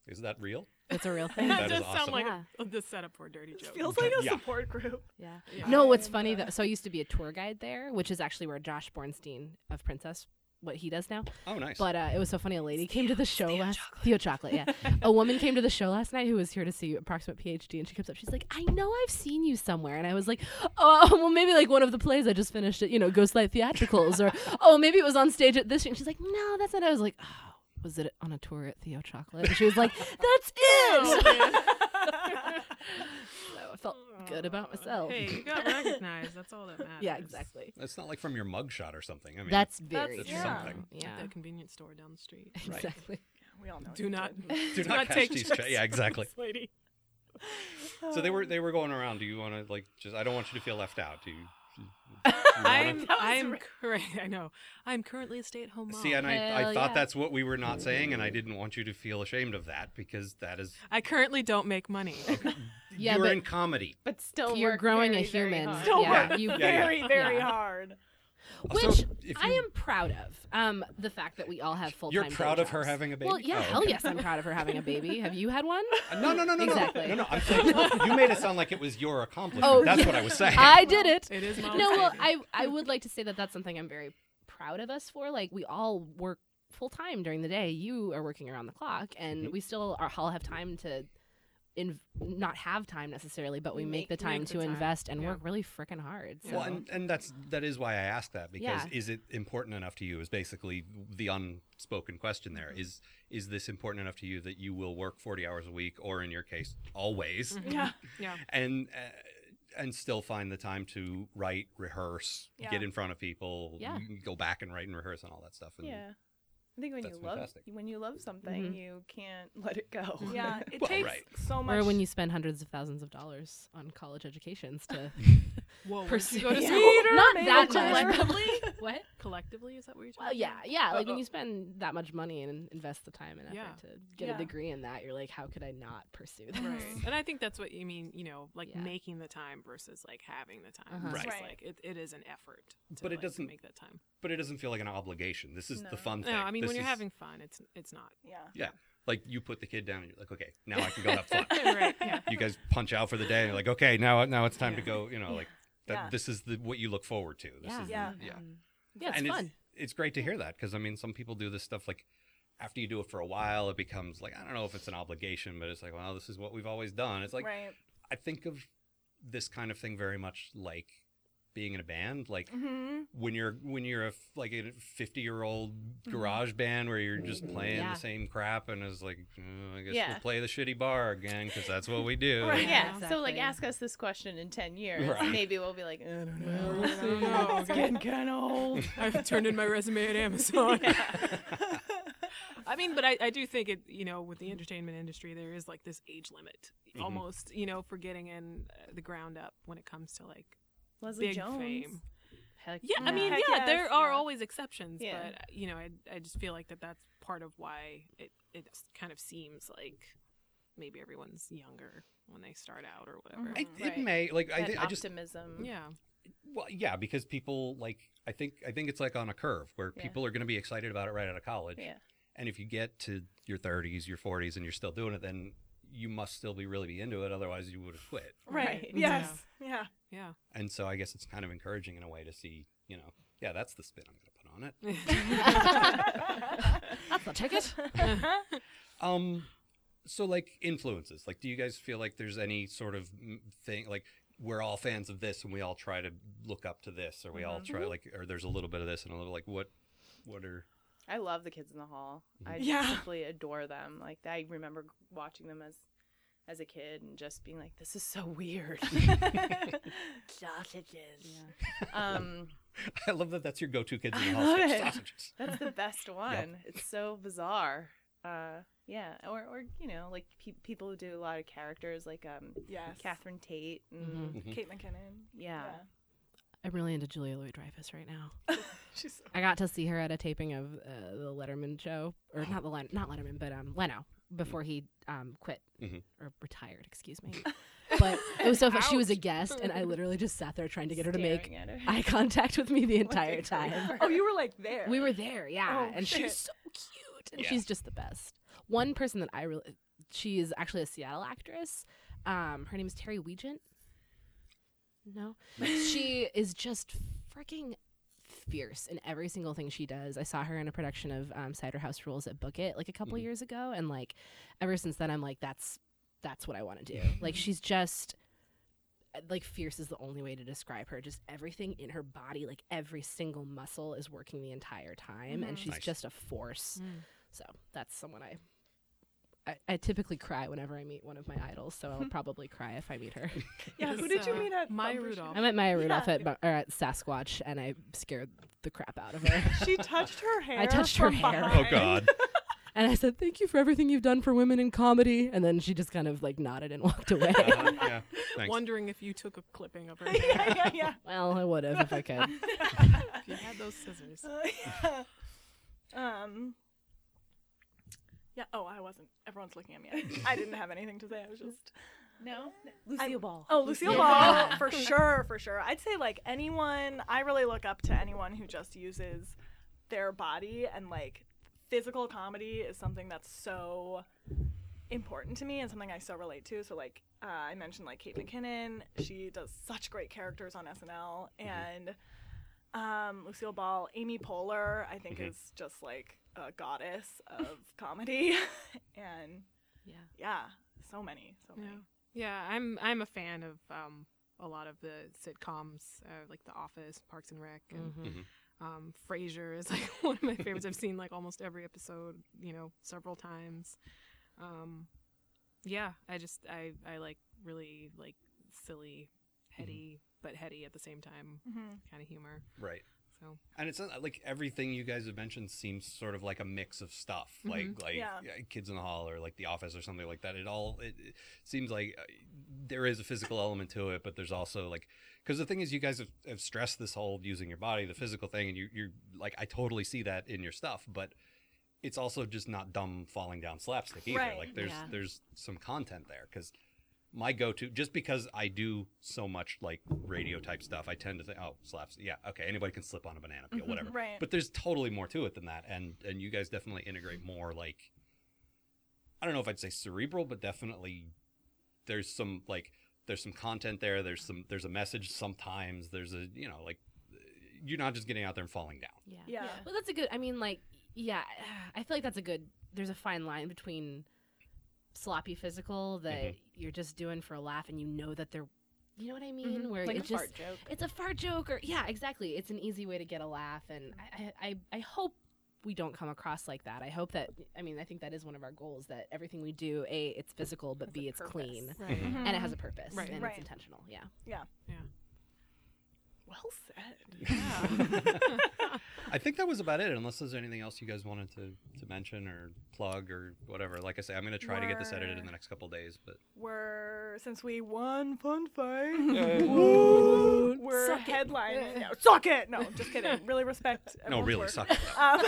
[SPEAKER 3] is that real?
[SPEAKER 5] It's a real thing.
[SPEAKER 3] That
[SPEAKER 6] That
[SPEAKER 3] is
[SPEAKER 6] does sound
[SPEAKER 3] awesome.
[SPEAKER 6] like
[SPEAKER 5] Yeah.
[SPEAKER 6] a, the setup for a dirty joke. (laughs)
[SPEAKER 4] Feels like a
[SPEAKER 3] Yeah.
[SPEAKER 4] support group.
[SPEAKER 5] Yeah.
[SPEAKER 6] Yeah.
[SPEAKER 5] No, what's funny though, so I used to be a tour guide there, which is actually where Josh Bornstein of Princess, what he does now.
[SPEAKER 3] Oh, nice.
[SPEAKER 5] But uh, it was so funny. A lady came to the show last Theo Chocolate, yeah. a woman came to the show last night who was here to see Approximate PhD, and she comes up. She's like, "I know I've seen you somewhere," and I was like, "Oh, (laughs) well, maybe like one of the plays I just finished at you know Ghostlight Theatricals, or oh, maybe it was on stage at this." And she's like, "No, that's not." I was like, "Oh." Was it on a tour at Theo Chocolate? And she was like, "That's
[SPEAKER 6] Oh,
[SPEAKER 5] it." (laughs) so I felt good about myself.
[SPEAKER 6] Hey, you got recognized. That's all that matters.
[SPEAKER 5] (laughs) Yeah, exactly.
[SPEAKER 3] it's not like from your mugshot or something. I mean,
[SPEAKER 5] That's very
[SPEAKER 3] that's
[SPEAKER 5] true.
[SPEAKER 3] something.
[SPEAKER 5] Yeah,
[SPEAKER 6] Um, At the convenience store down the street.
[SPEAKER 5] (laughs) exactly.
[SPEAKER 4] We all know.
[SPEAKER 6] (laughs) Do not
[SPEAKER 4] (laughs)
[SPEAKER 3] do not,
[SPEAKER 6] not
[SPEAKER 3] cash
[SPEAKER 6] take
[SPEAKER 3] these
[SPEAKER 6] checks
[SPEAKER 3] checks. Yeah, exactly.
[SPEAKER 5] (laughs)
[SPEAKER 6] lady.
[SPEAKER 3] So they were they were going around. Do you want to like just? I don't want you to feel left out. Do you? do you wanna-
[SPEAKER 5] (laughs)
[SPEAKER 6] I'm I'm cur- (laughs) I know. I'm currently a stay-at-home mom.
[SPEAKER 3] See, and I, I
[SPEAKER 5] Hell
[SPEAKER 3] thought
[SPEAKER 5] yeah.
[SPEAKER 3] that's what we were not saying, and I didn't want you to feel ashamed of that because that is
[SPEAKER 6] I currently don't make money.
[SPEAKER 5] Yeah,
[SPEAKER 3] you're
[SPEAKER 5] but-
[SPEAKER 3] in comedy.
[SPEAKER 7] But still,
[SPEAKER 5] You're
[SPEAKER 7] work
[SPEAKER 5] growing a
[SPEAKER 7] very, very
[SPEAKER 5] human.
[SPEAKER 7] hard.
[SPEAKER 4] Still
[SPEAKER 5] Yeah,
[SPEAKER 4] work
[SPEAKER 5] you- Yeah, yeah.
[SPEAKER 4] very, very
[SPEAKER 5] Yeah.
[SPEAKER 4] hard.
[SPEAKER 3] Also,
[SPEAKER 5] Which
[SPEAKER 3] if
[SPEAKER 5] I
[SPEAKER 3] you-
[SPEAKER 5] am proud of. Um, the fact that we all have full time.
[SPEAKER 3] You're proud of her having a baby.
[SPEAKER 5] Well, yeah,
[SPEAKER 3] Oh,
[SPEAKER 5] hell
[SPEAKER 3] okay.
[SPEAKER 5] yes, I'm proud of her having
[SPEAKER 3] (laughs)
[SPEAKER 5] a baby. Have you had one?
[SPEAKER 3] Uh, No, no, no, no,
[SPEAKER 5] Exactly.
[SPEAKER 3] no, no, no. I'm saying you made it sound like it was your accomplishment.
[SPEAKER 5] Oh,
[SPEAKER 3] that's
[SPEAKER 5] yeah.
[SPEAKER 3] what I was
[SPEAKER 5] (laughs)
[SPEAKER 3] saying.
[SPEAKER 5] I did it.
[SPEAKER 6] It is mom's
[SPEAKER 5] No, well,
[SPEAKER 6] baby.
[SPEAKER 5] I I would like to say that that's something I'm very proud of us for. Like we all work full time during the day. You are working around the clock,
[SPEAKER 3] Mm-hmm.
[SPEAKER 5] and we still are, all have time to. In, not have time necessarily, but we make,
[SPEAKER 7] Make-
[SPEAKER 5] the time
[SPEAKER 6] make the
[SPEAKER 5] to
[SPEAKER 6] time.
[SPEAKER 5] invest and
[SPEAKER 6] Yeah.
[SPEAKER 5] work really freaking hard. So.
[SPEAKER 3] Well, and, and that's that is why I asked that because
[SPEAKER 5] Yeah.
[SPEAKER 3] is it important enough to you? Is basically the unspoken question there.
[SPEAKER 5] Mm-hmm.
[SPEAKER 3] Is is this important enough to you that you will work forty hours a week, or in your case, always,
[SPEAKER 5] Mm-hmm.
[SPEAKER 6] Mm-hmm.
[SPEAKER 5] (laughs)
[SPEAKER 4] Yeah.
[SPEAKER 6] Yeah.
[SPEAKER 3] and uh, and still find the time to write, rehearse,
[SPEAKER 4] Yeah.
[SPEAKER 3] get in front of people,
[SPEAKER 5] Yeah.
[SPEAKER 3] you can go back and write and rehearse and all that stuff. And
[SPEAKER 7] (laughs) Yeah. I think when
[SPEAKER 3] That's
[SPEAKER 7] you love
[SPEAKER 3] fantastic. Mm-hmm.
[SPEAKER 7] when you love something,
[SPEAKER 5] Mhm.
[SPEAKER 7] you can't (laughs) let it go.
[SPEAKER 4] Yeah. It
[SPEAKER 3] Well,
[SPEAKER 4] takes
[SPEAKER 3] right.
[SPEAKER 4] so much.
[SPEAKER 5] or when you spend hundreds of thousands of dollars on college educations to
[SPEAKER 6] Whoa. where'd
[SPEAKER 5] pursue
[SPEAKER 6] you
[SPEAKER 5] (laughs)
[SPEAKER 6] go to
[SPEAKER 5] Yeah.
[SPEAKER 6] school?
[SPEAKER 5] not
[SPEAKER 4] maybe
[SPEAKER 5] that much. but-
[SPEAKER 6] Collectively?
[SPEAKER 5] (laughs) what?
[SPEAKER 6] Collectively, is that what you're talking
[SPEAKER 5] Well, yeah,
[SPEAKER 6] about?
[SPEAKER 5] yeah. Like when
[SPEAKER 4] Uh-oh.
[SPEAKER 5] you spend that much money and invest the time and effort
[SPEAKER 6] Yeah.
[SPEAKER 5] to get
[SPEAKER 4] Yeah.
[SPEAKER 5] a degree in that, you're like, how could I not pursue this?
[SPEAKER 6] Right. And I think that's what you mean, you know, like
[SPEAKER 5] Yeah.
[SPEAKER 6] making the time versus like having the time.
[SPEAKER 5] Uh-huh.
[SPEAKER 6] It's just,
[SPEAKER 4] Right.
[SPEAKER 6] Like it, it is an effort to
[SPEAKER 3] But it
[SPEAKER 6] like,
[SPEAKER 3] doesn't-
[SPEAKER 6] make that time.
[SPEAKER 3] But it doesn't feel like an obligation. This is the
[SPEAKER 7] No.
[SPEAKER 3] fun
[SPEAKER 6] No,
[SPEAKER 3] thing.
[SPEAKER 6] I mean
[SPEAKER 3] This
[SPEAKER 6] when you're
[SPEAKER 3] is-
[SPEAKER 6] having fun, it's it's not.
[SPEAKER 4] Yeah.
[SPEAKER 3] yeah, like you put the kid down and you're like, okay, now I can go have fun.
[SPEAKER 6] (laughs)
[SPEAKER 3] (laughs)
[SPEAKER 6] right. Yeah.
[SPEAKER 3] you guys punch out for the day and you're like, okay, now now it's time to
[SPEAKER 6] Yeah.
[SPEAKER 3] go. You know, like that.
[SPEAKER 4] Yeah.
[SPEAKER 3] This is the what you look forward to. This
[SPEAKER 5] Yeah.
[SPEAKER 3] is
[SPEAKER 4] Yeah.
[SPEAKER 3] yeah.
[SPEAKER 5] Um, (laughs) yeah, it's
[SPEAKER 3] and
[SPEAKER 5] fun.
[SPEAKER 3] It's, it's great to hear that because I mean, some people do this stuff like after you do it for a while, it becomes like I don't know if it's an obligation, but it's like, well, this is what we've always done. It's like
[SPEAKER 4] right.
[SPEAKER 3] I think of this kind of thing very much like being in a band, like
[SPEAKER 4] Mm-hmm.
[SPEAKER 3] when you're when you're a f- like a 50 year old
[SPEAKER 7] Mm-hmm.
[SPEAKER 3] garage band where you're just playing
[SPEAKER 5] Yeah.
[SPEAKER 3] the same crap and it's like "Uh, i guess
[SPEAKER 7] Yeah.
[SPEAKER 3] we'll play the shitty bar again because that's what we do
[SPEAKER 7] Right. Yeah.
[SPEAKER 5] Yeah,
[SPEAKER 7] So like
[SPEAKER 5] exactly.
[SPEAKER 7] ask us this question in 10 years.
[SPEAKER 3] Right.
[SPEAKER 7] Maybe we'll be like, I
[SPEAKER 6] (laughs)
[SPEAKER 7] don't know.
[SPEAKER 3] Mm.
[SPEAKER 6] Oh,
[SPEAKER 7] It's getting kind of
[SPEAKER 3] (laughs)
[SPEAKER 7] old.
[SPEAKER 6] I've turned in my resume at (laughs) Amazon.
[SPEAKER 7] (laughs)
[SPEAKER 6] I mean, but I, I do think it, you know, with the entertainment industry, there is like this age limit
[SPEAKER 3] Mm-hmm.
[SPEAKER 6] almost, you know, for getting in uh, the ground up when it comes to like
[SPEAKER 7] Leslie
[SPEAKER 6] big
[SPEAKER 7] Jones.
[SPEAKER 6] fame.
[SPEAKER 7] Heck
[SPEAKER 6] Yeah, I
[SPEAKER 7] yeah.
[SPEAKER 6] mean, yeah,
[SPEAKER 4] Heck yes,
[SPEAKER 6] there are
[SPEAKER 4] yeah.
[SPEAKER 6] always exceptions,
[SPEAKER 7] Yeah.
[SPEAKER 6] but uh, you know, I, I just feel like that that's part of why it it s- kind of seems like maybe everyone's younger when they start out or whatever.
[SPEAKER 3] I, it
[SPEAKER 7] Right.
[SPEAKER 3] may like I,
[SPEAKER 7] That
[SPEAKER 3] thi- I just
[SPEAKER 4] (laughs)
[SPEAKER 7] optimism.
[SPEAKER 6] Yeah, (laughs)
[SPEAKER 3] Well, yeah, because people like I think I think it's like on a curve where
[SPEAKER 7] Yeah.
[SPEAKER 3] people are going to be excited about it right out of college.
[SPEAKER 7] Yeah.
[SPEAKER 3] And if you get to your 30s, your 40s, and you're still doing it, then you must still be really be into it. Otherwise, you would have quit.
[SPEAKER 7] Right.
[SPEAKER 4] Yes. Yeah.
[SPEAKER 6] Yeah.
[SPEAKER 3] And so I guess it's kind of encouraging in a way to see, you know, yeah, that's the spin I'm going to put on it.
[SPEAKER 7] (laughs)
[SPEAKER 6] (laughs)
[SPEAKER 5] That's the ticket.
[SPEAKER 3] Um, so like influences, like do you guys feel like there's any sort of mm, thing like we're all fans of this and we all try to look up to this, or we all
[SPEAKER 7] Mm-hmm.
[SPEAKER 3] try like, or there's a little bit of this and a little like what, what are (laughs)
[SPEAKER 7] I love the kids in the hall. I
[SPEAKER 4] Yeah.
[SPEAKER 7] simply adore them. Like I remember g- watching them as as a kid and just being like, "This is so weird."
[SPEAKER 4] (laughs)
[SPEAKER 7] (laughs)
[SPEAKER 4] Sausages.
[SPEAKER 7] um,
[SPEAKER 3] I love that that's your go-to kids in the
[SPEAKER 7] I
[SPEAKER 3] hall.
[SPEAKER 7] love
[SPEAKER 3] sketch,
[SPEAKER 7] it.
[SPEAKER 3] Sausages.
[SPEAKER 7] that's the best one. It's so bizarre. Uh, yeah, or or you know, like pe- people who do a lot of characters, like um,
[SPEAKER 4] Yes.
[SPEAKER 7] Catherine Tate and
[SPEAKER 5] Mhm.
[SPEAKER 3] Mhm.
[SPEAKER 4] Kate McKinnon.
[SPEAKER 7] yeah.
[SPEAKER 5] I'm really into Julia Louis Dreyfus right now.
[SPEAKER 4] (laughs) She's
[SPEAKER 5] I got to see her at a taping of uh, the Letterman show, or not the Len- not Letterman, but um Leno before he um quit
[SPEAKER 3] Mhm.
[SPEAKER 5] or retired, excuse
[SPEAKER 4] (laughs)
[SPEAKER 5] me. but it was so fu- she was a guest, and I literally just sat there trying to get her to make
[SPEAKER 7] Staring at her.
[SPEAKER 5] eye contact with me the
[SPEAKER 7] What a
[SPEAKER 5] entire time.
[SPEAKER 7] creeper.
[SPEAKER 4] Oh, you were like there.
[SPEAKER 5] We were there, yeah.
[SPEAKER 4] Oh,
[SPEAKER 5] and
[SPEAKER 4] shit.
[SPEAKER 5] she's so cute. And
[SPEAKER 3] Yeah.
[SPEAKER 5] she's just the best. One person that I really she is actually a Seattle actress. Um her name is Terry Wiegent. No. she is just freaking fierce in every single thing she does. I saw her in a production of um, Cider House Rules at Book It like a couple
[SPEAKER 3] Mhm.
[SPEAKER 5] years ago and like ever since then I'm like that's that's what I want to do. like she's just like fierce is the only way to describe her. Just everything in her body, like every single muscle is working the entire time and
[SPEAKER 4] Mhm.
[SPEAKER 5] she's
[SPEAKER 3] Nice.
[SPEAKER 5] just a force.
[SPEAKER 6] Mm.
[SPEAKER 5] So that's someone I, I I typically cry whenever I meet one of my idols, so I'll probably cry if I meet her.
[SPEAKER 4] Yeah.
[SPEAKER 6] It
[SPEAKER 4] Who
[SPEAKER 6] was,
[SPEAKER 4] did you
[SPEAKER 6] uh,
[SPEAKER 4] meet at
[SPEAKER 6] Maya
[SPEAKER 4] Bumper
[SPEAKER 6] Rudolph.
[SPEAKER 5] I met Maya Rudolph
[SPEAKER 4] Yeah.
[SPEAKER 5] at, Bo- or at Sasquatch and I scared the crap out of her. (laughs)
[SPEAKER 4] Shoot? She touched her hair.
[SPEAKER 5] touched her
[SPEAKER 4] from
[SPEAKER 5] hair. Oh,
[SPEAKER 3] (laughs) Oh
[SPEAKER 4] behind.
[SPEAKER 7] (laughs)
[SPEAKER 3] God,
[SPEAKER 5] and I said, "Thank you for everything you've done for women in comedy." And then she just kind of like nodded and walked away.
[SPEAKER 3] Uh, yeah, thanks.
[SPEAKER 6] Wondering if you took a clipping
[SPEAKER 4] (laughs)
[SPEAKER 6] of her.
[SPEAKER 4] yeah, (laughs) yeah, yeah.
[SPEAKER 5] well, I would have if I could.
[SPEAKER 3] (laughs)
[SPEAKER 6] if you had those scissors.
[SPEAKER 4] Uh, yeah. (laughs) Um. Yeah. Oh, I wasn't. Everyone's looking at me. I, I didn't have anything to say. I was just.
[SPEAKER 7] No, Lucille Ball.
[SPEAKER 4] Oh, Lucille Ball, for sure, for sure. I'd say like anyone. I really look up to anyone who just uses their body and like physical comedy is something that's so important to me and something I so relate to. So like uh, I mentioned like Kate McKinnon, she does such great characters on SNL,
[SPEAKER 7] Mm-hmm.
[SPEAKER 4] and um, Lucille Ball, Amy Poehler, I think
[SPEAKER 3] Mhm.
[SPEAKER 4] is just like a goddess
[SPEAKER 3] (laughs)
[SPEAKER 4] of comedy, (laughs) and
[SPEAKER 5] Yeah.
[SPEAKER 4] yeah, so many, so
[SPEAKER 6] Yeah.
[SPEAKER 4] many.
[SPEAKER 6] Yeah, I'm I'm a fan of um, a lot of the sitcoms uh, like The Office, Parks and Rec, and um, Frasier is like (laughs) one of my favorites. I've seen like almost every episode, you know, several times. Um, yeah, I just I I like really like silly, heady but heady at the same time
[SPEAKER 4] Mhm.
[SPEAKER 6] kind of humor.
[SPEAKER 3] right.
[SPEAKER 6] So
[SPEAKER 3] And it's not, like everything you guys have mentioned seems sort of like a mix of stuff, like like
[SPEAKER 4] Mm-hmm. Yeah.
[SPEAKER 3] yeah, Kids in the Hall or like The Office or something like that. It all it, it seems like uh, there is a physical element to it, but there's also like because the thing is, you guys have, have stressed this whole using your body, the physical thing, and you you're like I totally see that in your stuff, but it's also just not dumb falling down slapstick either.
[SPEAKER 4] Right.
[SPEAKER 3] Like there's
[SPEAKER 5] Yeah.
[SPEAKER 3] there's some content there because my go-to just because I do so much like radio type stuff, I tend to think, oh, slaps, yeah, okay, anybody can slip on a banana peel, whatever.
[SPEAKER 4] right.
[SPEAKER 3] But there's totally more to it than that, and and you guys definitely integrate more like I don't know if I'd say cerebral, but definitely there's some like there's some content there. There's some there's a message sometimes. There's a you know like you're not just getting out there and falling down.
[SPEAKER 5] Yeah.
[SPEAKER 4] yeah.
[SPEAKER 7] Yeah.
[SPEAKER 5] Well, that's a good. I mean, like, yeah, (sighs) I feel like that's a good. There's a fine line between sloppy physical that you're just doing for a laugh, and you know that they're, you know what I mean, where
[SPEAKER 7] like
[SPEAKER 5] it
[SPEAKER 7] a
[SPEAKER 5] just
[SPEAKER 7] fart joke.
[SPEAKER 5] it's a fart joke, or yeah, exactly. It's an easy way to get a laugh, and I, I, I- I hope we don't come across like that. I hope that. I mean, I think that is one of our goals that everything we do, a, it's physical, but b, it's clean,
[SPEAKER 6] right.
[SPEAKER 4] Mm-hmm.
[SPEAKER 5] and it has a purpose,
[SPEAKER 6] Mm-hmm. Right.
[SPEAKER 5] and
[SPEAKER 4] Right.
[SPEAKER 5] it's intentional. Yeah.
[SPEAKER 4] Well said.
[SPEAKER 5] (laughs)
[SPEAKER 7] (laughs)
[SPEAKER 3] I think that was about it. Unless there's anything else you guys wanted to to mention or plug or whatever. Like I say, I'm gonna try to get this edited in the next couple days, but
[SPEAKER 4] We're since we won fun
[SPEAKER 3] (laughs)
[SPEAKER 4] fight.
[SPEAKER 3] Yay.
[SPEAKER 4] We're headlining. No, suck it. No, just kidding. Really respect.
[SPEAKER 3] (laughs)
[SPEAKER 7] Uh,
[SPEAKER 3] no,
[SPEAKER 4] everyone's
[SPEAKER 3] really
[SPEAKER 4] work.
[SPEAKER 3] suck.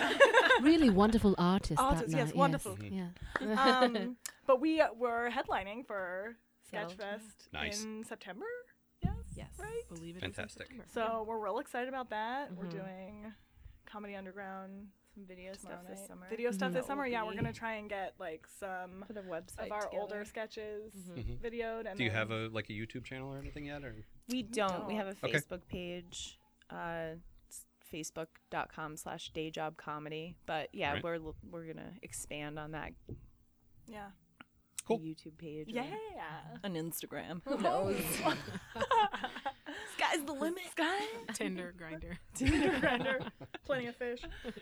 [SPEAKER 3] it.
[SPEAKER 7] (laughs)
[SPEAKER 4] Um,
[SPEAKER 5] (laughs) Really wonderful artist.
[SPEAKER 4] Artist, Uh, yes, wonderful.
[SPEAKER 5] Yeah.
[SPEAKER 4] um, but we uh, were headlining for
[SPEAKER 5] Seattle.
[SPEAKER 4] Sketchfest
[SPEAKER 3] Nice.
[SPEAKER 4] in September. (laughs) Yes.
[SPEAKER 5] Yes.
[SPEAKER 4] Right?
[SPEAKER 6] Believe it.
[SPEAKER 3] Fantastic.
[SPEAKER 4] So we're real excited about that. We're
[SPEAKER 6] Mhm.
[SPEAKER 4] doing Comedy Underground
[SPEAKER 7] Some video
[SPEAKER 4] tomorrow
[SPEAKER 7] stuff this
[SPEAKER 4] night.
[SPEAKER 7] summer.
[SPEAKER 4] Video stuff
[SPEAKER 7] That
[SPEAKER 4] this
[SPEAKER 7] will
[SPEAKER 4] summer. Yeah, we're
[SPEAKER 7] be-
[SPEAKER 4] gonna try and get like some
[SPEAKER 7] put a website
[SPEAKER 4] of our
[SPEAKER 7] together.
[SPEAKER 4] older sketches
[SPEAKER 3] Mhm.
[SPEAKER 4] videoed. And
[SPEAKER 3] Do you
[SPEAKER 4] then-
[SPEAKER 3] have a like a YouTube channel or anything yet? Or
[SPEAKER 7] We don't. We
[SPEAKER 4] don't.
[SPEAKER 7] have a
[SPEAKER 3] Okay.
[SPEAKER 7] Facebook page. Uh, it's facebook.com slash day job comedy but yeah
[SPEAKER 3] Right.
[SPEAKER 7] we're l- we're gonna expand on that
[SPEAKER 4] Yeah.
[SPEAKER 3] Cool.
[SPEAKER 7] youtube page
[SPEAKER 4] Yeah. (laughs)
[SPEAKER 7] on instagram
[SPEAKER 4] Sky's the limit. Sky.
[SPEAKER 6] Tinder grinder.
[SPEAKER 4] Tinder render. Plenty of fish.
[SPEAKER 5] (laughs)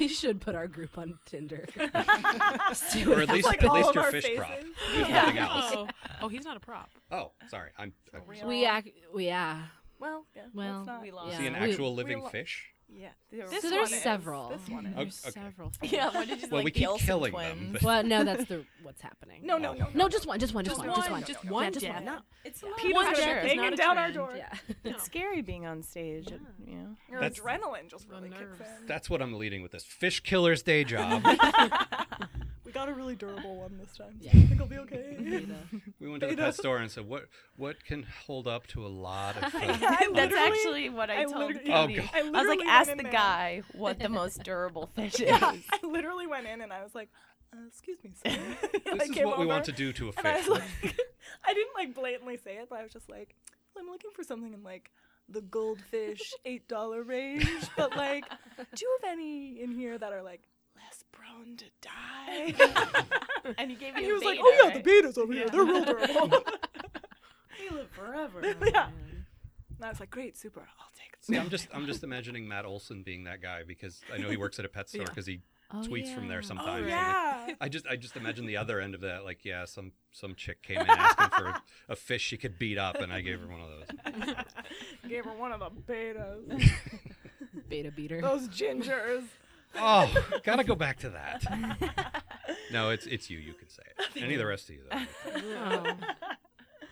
[SPEAKER 5] We should put our group on Tinder.
[SPEAKER 3] or at
[SPEAKER 4] That's
[SPEAKER 3] least
[SPEAKER 4] like
[SPEAKER 3] at
[SPEAKER 4] all
[SPEAKER 3] least
[SPEAKER 4] of
[SPEAKER 3] your
[SPEAKER 4] our
[SPEAKER 3] fish
[SPEAKER 4] faces.
[SPEAKER 3] prop. There's nothing else.
[SPEAKER 6] Oh, oh, he's not a prop.
[SPEAKER 3] Oh, sorry. I'm. I
[SPEAKER 4] real.
[SPEAKER 5] we act. We, yeah.
[SPEAKER 4] Well, yeah. let's
[SPEAKER 5] Well,
[SPEAKER 4] not-
[SPEAKER 7] we (laughs)
[SPEAKER 5] Yeah.
[SPEAKER 7] lost
[SPEAKER 3] see an
[SPEAKER 5] We-
[SPEAKER 3] actual
[SPEAKER 4] we
[SPEAKER 3] living
[SPEAKER 4] lo-
[SPEAKER 3] fish.
[SPEAKER 4] Yeah.
[SPEAKER 7] This
[SPEAKER 5] so there's
[SPEAKER 7] one is-
[SPEAKER 5] several.
[SPEAKER 4] This one is.
[SPEAKER 3] Oh,
[SPEAKER 5] There's
[SPEAKER 3] okay.
[SPEAKER 5] several.
[SPEAKER 7] yeah what did you
[SPEAKER 3] Well,
[SPEAKER 7] like
[SPEAKER 3] we
[SPEAKER 7] the
[SPEAKER 3] keep
[SPEAKER 7] Olsen
[SPEAKER 3] killing
[SPEAKER 7] twins?
[SPEAKER 3] them. but-
[SPEAKER 5] Well, no, that's the (laughs) what's happening.
[SPEAKER 4] No,
[SPEAKER 3] Oh.
[SPEAKER 4] no, no,
[SPEAKER 5] No, just one, just one, just,
[SPEAKER 6] Just
[SPEAKER 5] one,
[SPEAKER 6] one,
[SPEAKER 5] just one,
[SPEAKER 6] just
[SPEAKER 5] Yeah,
[SPEAKER 6] one,
[SPEAKER 5] just
[SPEAKER 6] Dad.
[SPEAKER 5] one. No,
[SPEAKER 7] it's
[SPEAKER 5] Yeah.
[SPEAKER 4] Peter's
[SPEAKER 5] Sure,
[SPEAKER 4] gonna
[SPEAKER 5] it's
[SPEAKER 4] banging
[SPEAKER 5] not a
[SPEAKER 4] down our
[SPEAKER 5] trend.
[SPEAKER 3] (laughs)
[SPEAKER 4] door.
[SPEAKER 5] Yeah.
[SPEAKER 7] it's scary being on stage it- you (laughs) know
[SPEAKER 4] Your
[SPEAKER 3] That's-
[SPEAKER 4] adrenaline just
[SPEAKER 6] The
[SPEAKER 4] really kicks
[SPEAKER 6] nerves.
[SPEAKER 4] in.
[SPEAKER 3] That's what I'm leading with this fish killer's day
[SPEAKER 7] (laughs)
[SPEAKER 3] job.
[SPEAKER 4] We got a really durable one this time.
[SPEAKER 5] Yeah.
[SPEAKER 4] I think it'll be
[SPEAKER 7] (laughs)
[SPEAKER 4] okay.
[SPEAKER 3] we went to the
[SPEAKER 4] Beta.
[SPEAKER 3] pet store and said, "What what can hold up to a lot of food?"
[SPEAKER 4] (laughs) I
[SPEAKER 7] That's
[SPEAKER 4] literally-
[SPEAKER 7] actually what I,
[SPEAKER 4] I
[SPEAKER 7] told
[SPEAKER 4] literally-
[SPEAKER 3] Oh,
[SPEAKER 7] Katie.
[SPEAKER 3] God.
[SPEAKER 4] I,
[SPEAKER 7] I was
[SPEAKER 4] literally
[SPEAKER 7] like,
[SPEAKER 4] went
[SPEAKER 7] ask
[SPEAKER 4] in
[SPEAKER 7] the
[SPEAKER 4] there.
[SPEAKER 7] guy what (laughs) the most durable fish is.
[SPEAKER 4] Yeah, (laughs) I literally went in and I was like, uh, "Excuse me, sir." (laughs) And I
[SPEAKER 3] This is
[SPEAKER 4] came
[SPEAKER 3] what we
[SPEAKER 4] over
[SPEAKER 3] want to do to a
[SPEAKER 4] And I
[SPEAKER 3] fish.
[SPEAKER 4] was like, (laughs) I didn't like blatantly say it, but I was just like, "I'm looking for something in like the
[SPEAKER 7] (laughs)
[SPEAKER 4] goldfish eight dollar range, but like, do you have any in here that are like less prone to
[SPEAKER 7] (laughs)
[SPEAKER 4] die?" (laughs)
[SPEAKER 7] (laughs) And he gave me
[SPEAKER 4] and
[SPEAKER 7] a
[SPEAKER 4] he was like,
[SPEAKER 7] beta,
[SPEAKER 4] "Oh yeah, the
[SPEAKER 7] right?
[SPEAKER 4] betas over here, they're real durable." (laughs)
[SPEAKER 7] We live forever.
[SPEAKER 6] (laughs)
[SPEAKER 4] yeah. And I was like, "Great, super, I'll take
[SPEAKER 3] (laughs)
[SPEAKER 4] it."
[SPEAKER 3] See, I'm just I'm just imagining Matt Olson being that guy because I know he works at a (laughs) pet store
[SPEAKER 6] Yeah.
[SPEAKER 3] because he
[SPEAKER 5] Oh,
[SPEAKER 3] tweets from there
[SPEAKER 5] yeah.
[SPEAKER 3] sometimes.
[SPEAKER 4] Oh
[SPEAKER 3] and, like,
[SPEAKER 4] yeah.
[SPEAKER 3] I just I just imagine the other end of that, like yeah, some some chick came in asking for a, a fish she could beat up, and I gave her one of those.
[SPEAKER 4] (laughs) Gave her one of the
[SPEAKER 3] (laughs)
[SPEAKER 4] betas.
[SPEAKER 5] Beta beater. (laughs)
[SPEAKER 4] Those gingers.
[SPEAKER 3] Oh, gotta go back to that. (laughs) No, it's it's you. You can say it. Any of the rest of you though.
[SPEAKER 5] Oh.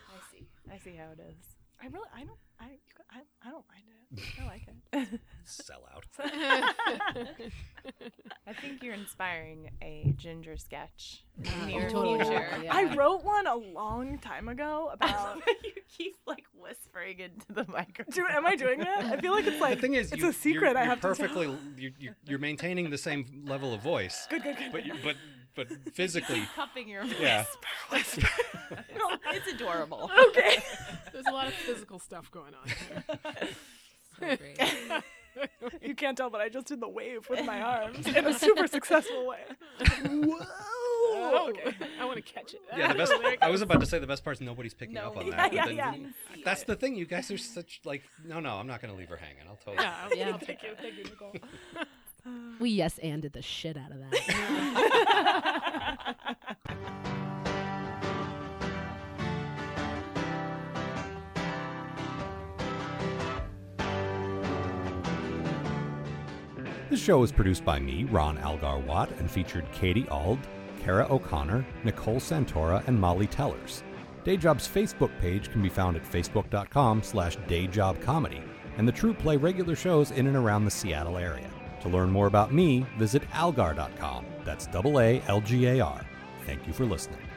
[SPEAKER 7] I see. I see how it is.
[SPEAKER 4] I really, I don't, I, you gu- I, I don't mind it. I like it.
[SPEAKER 3] Sell out.
[SPEAKER 7] I think you're inspiring a
[SPEAKER 3] (laughs)
[SPEAKER 7] ginger sketch in the
[SPEAKER 5] Uh,
[SPEAKER 7] near
[SPEAKER 5] totally.
[SPEAKER 7] future.
[SPEAKER 5] Yeah.
[SPEAKER 4] I wrote one a long time ago about.
[SPEAKER 7] you keep like whispering into the microphone.
[SPEAKER 4] Do, am I doing that? I feel like it's like
[SPEAKER 3] The thing is,
[SPEAKER 4] it's
[SPEAKER 3] you,
[SPEAKER 4] a secret
[SPEAKER 3] You're,
[SPEAKER 4] I
[SPEAKER 3] you're
[SPEAKER 4] have
[SPEAKER 3] perfectly,
[SPEAKER 4] to
[SPEAKER 3] You're, you're, you're maintaining the same level of voice. Good, good, good. But you, but but
[SPEAKER 4] (laughs)
[SPEAKER 3] physically,
[SPEAKER 7] cupping (laughs) your voice.
[SPEAKER 3] yeah.
[SPEAKER 7] No, it's
[SPEAKER 4] (laughs)
[SPEAKER 7] adorable. (laughs)
[SPEAKER 4] tell. Okay.
[SPEAKER 6] (laughs) There's a lot of physical stuff going on.
[SPEAKER 5] So great.
[SPEAKER 4] (laughs) You can't tell, but I just did the wave with
[SPEAKER 3] (laughs)
[SPEAKER 4] my arms in a super successful way.
[SPEAKER 6] Oh,
[SPEAKER 3] (laughs)
[SPEAKER 4] Whoa.
[SPEAKER 3] Oh,
[SPEAKER 6] okay. I want to catch it. (laughs)
[SPEAKER 3] Yeah, the best. I was about to say the best part's nobody's picking
[SPEAKER 7] No,
[SPEAKER 3] up on
[SPEAKER 7] yeah,
[SPEAKER 3] that. but
[SPEAKER 4] yeah,
[SPEAKER 3] then
[SPEAKER 4] yeah.
[SPEAKER 3] you- That's the thing. You guys are such like. No, no, I'm not gonna leave her hanging. I'll totally.
[SPEAKER 6] Yeah, I'll,
[SPEAKER 5] Yeah.
[SPEAKER 6] I'll take it.
[SPEAKER 4] Thank you, Nicole.
[SPEAKER 5] (laughs) we yes anded the shit out of that.
[SPEAKER 3] This show was produced by me, Ron Algar Watt, and featured Katie Ald, Kara O'Connor, Nicole Santora, and Molly Tellers. Dayjob's Facebook page can be found at facebook.com slash dayjobcomedy, and the troupe play regular shows in and around the Seattle area. To learn more about me, visit algar.com. That's double A L G A R. Thank you for listening.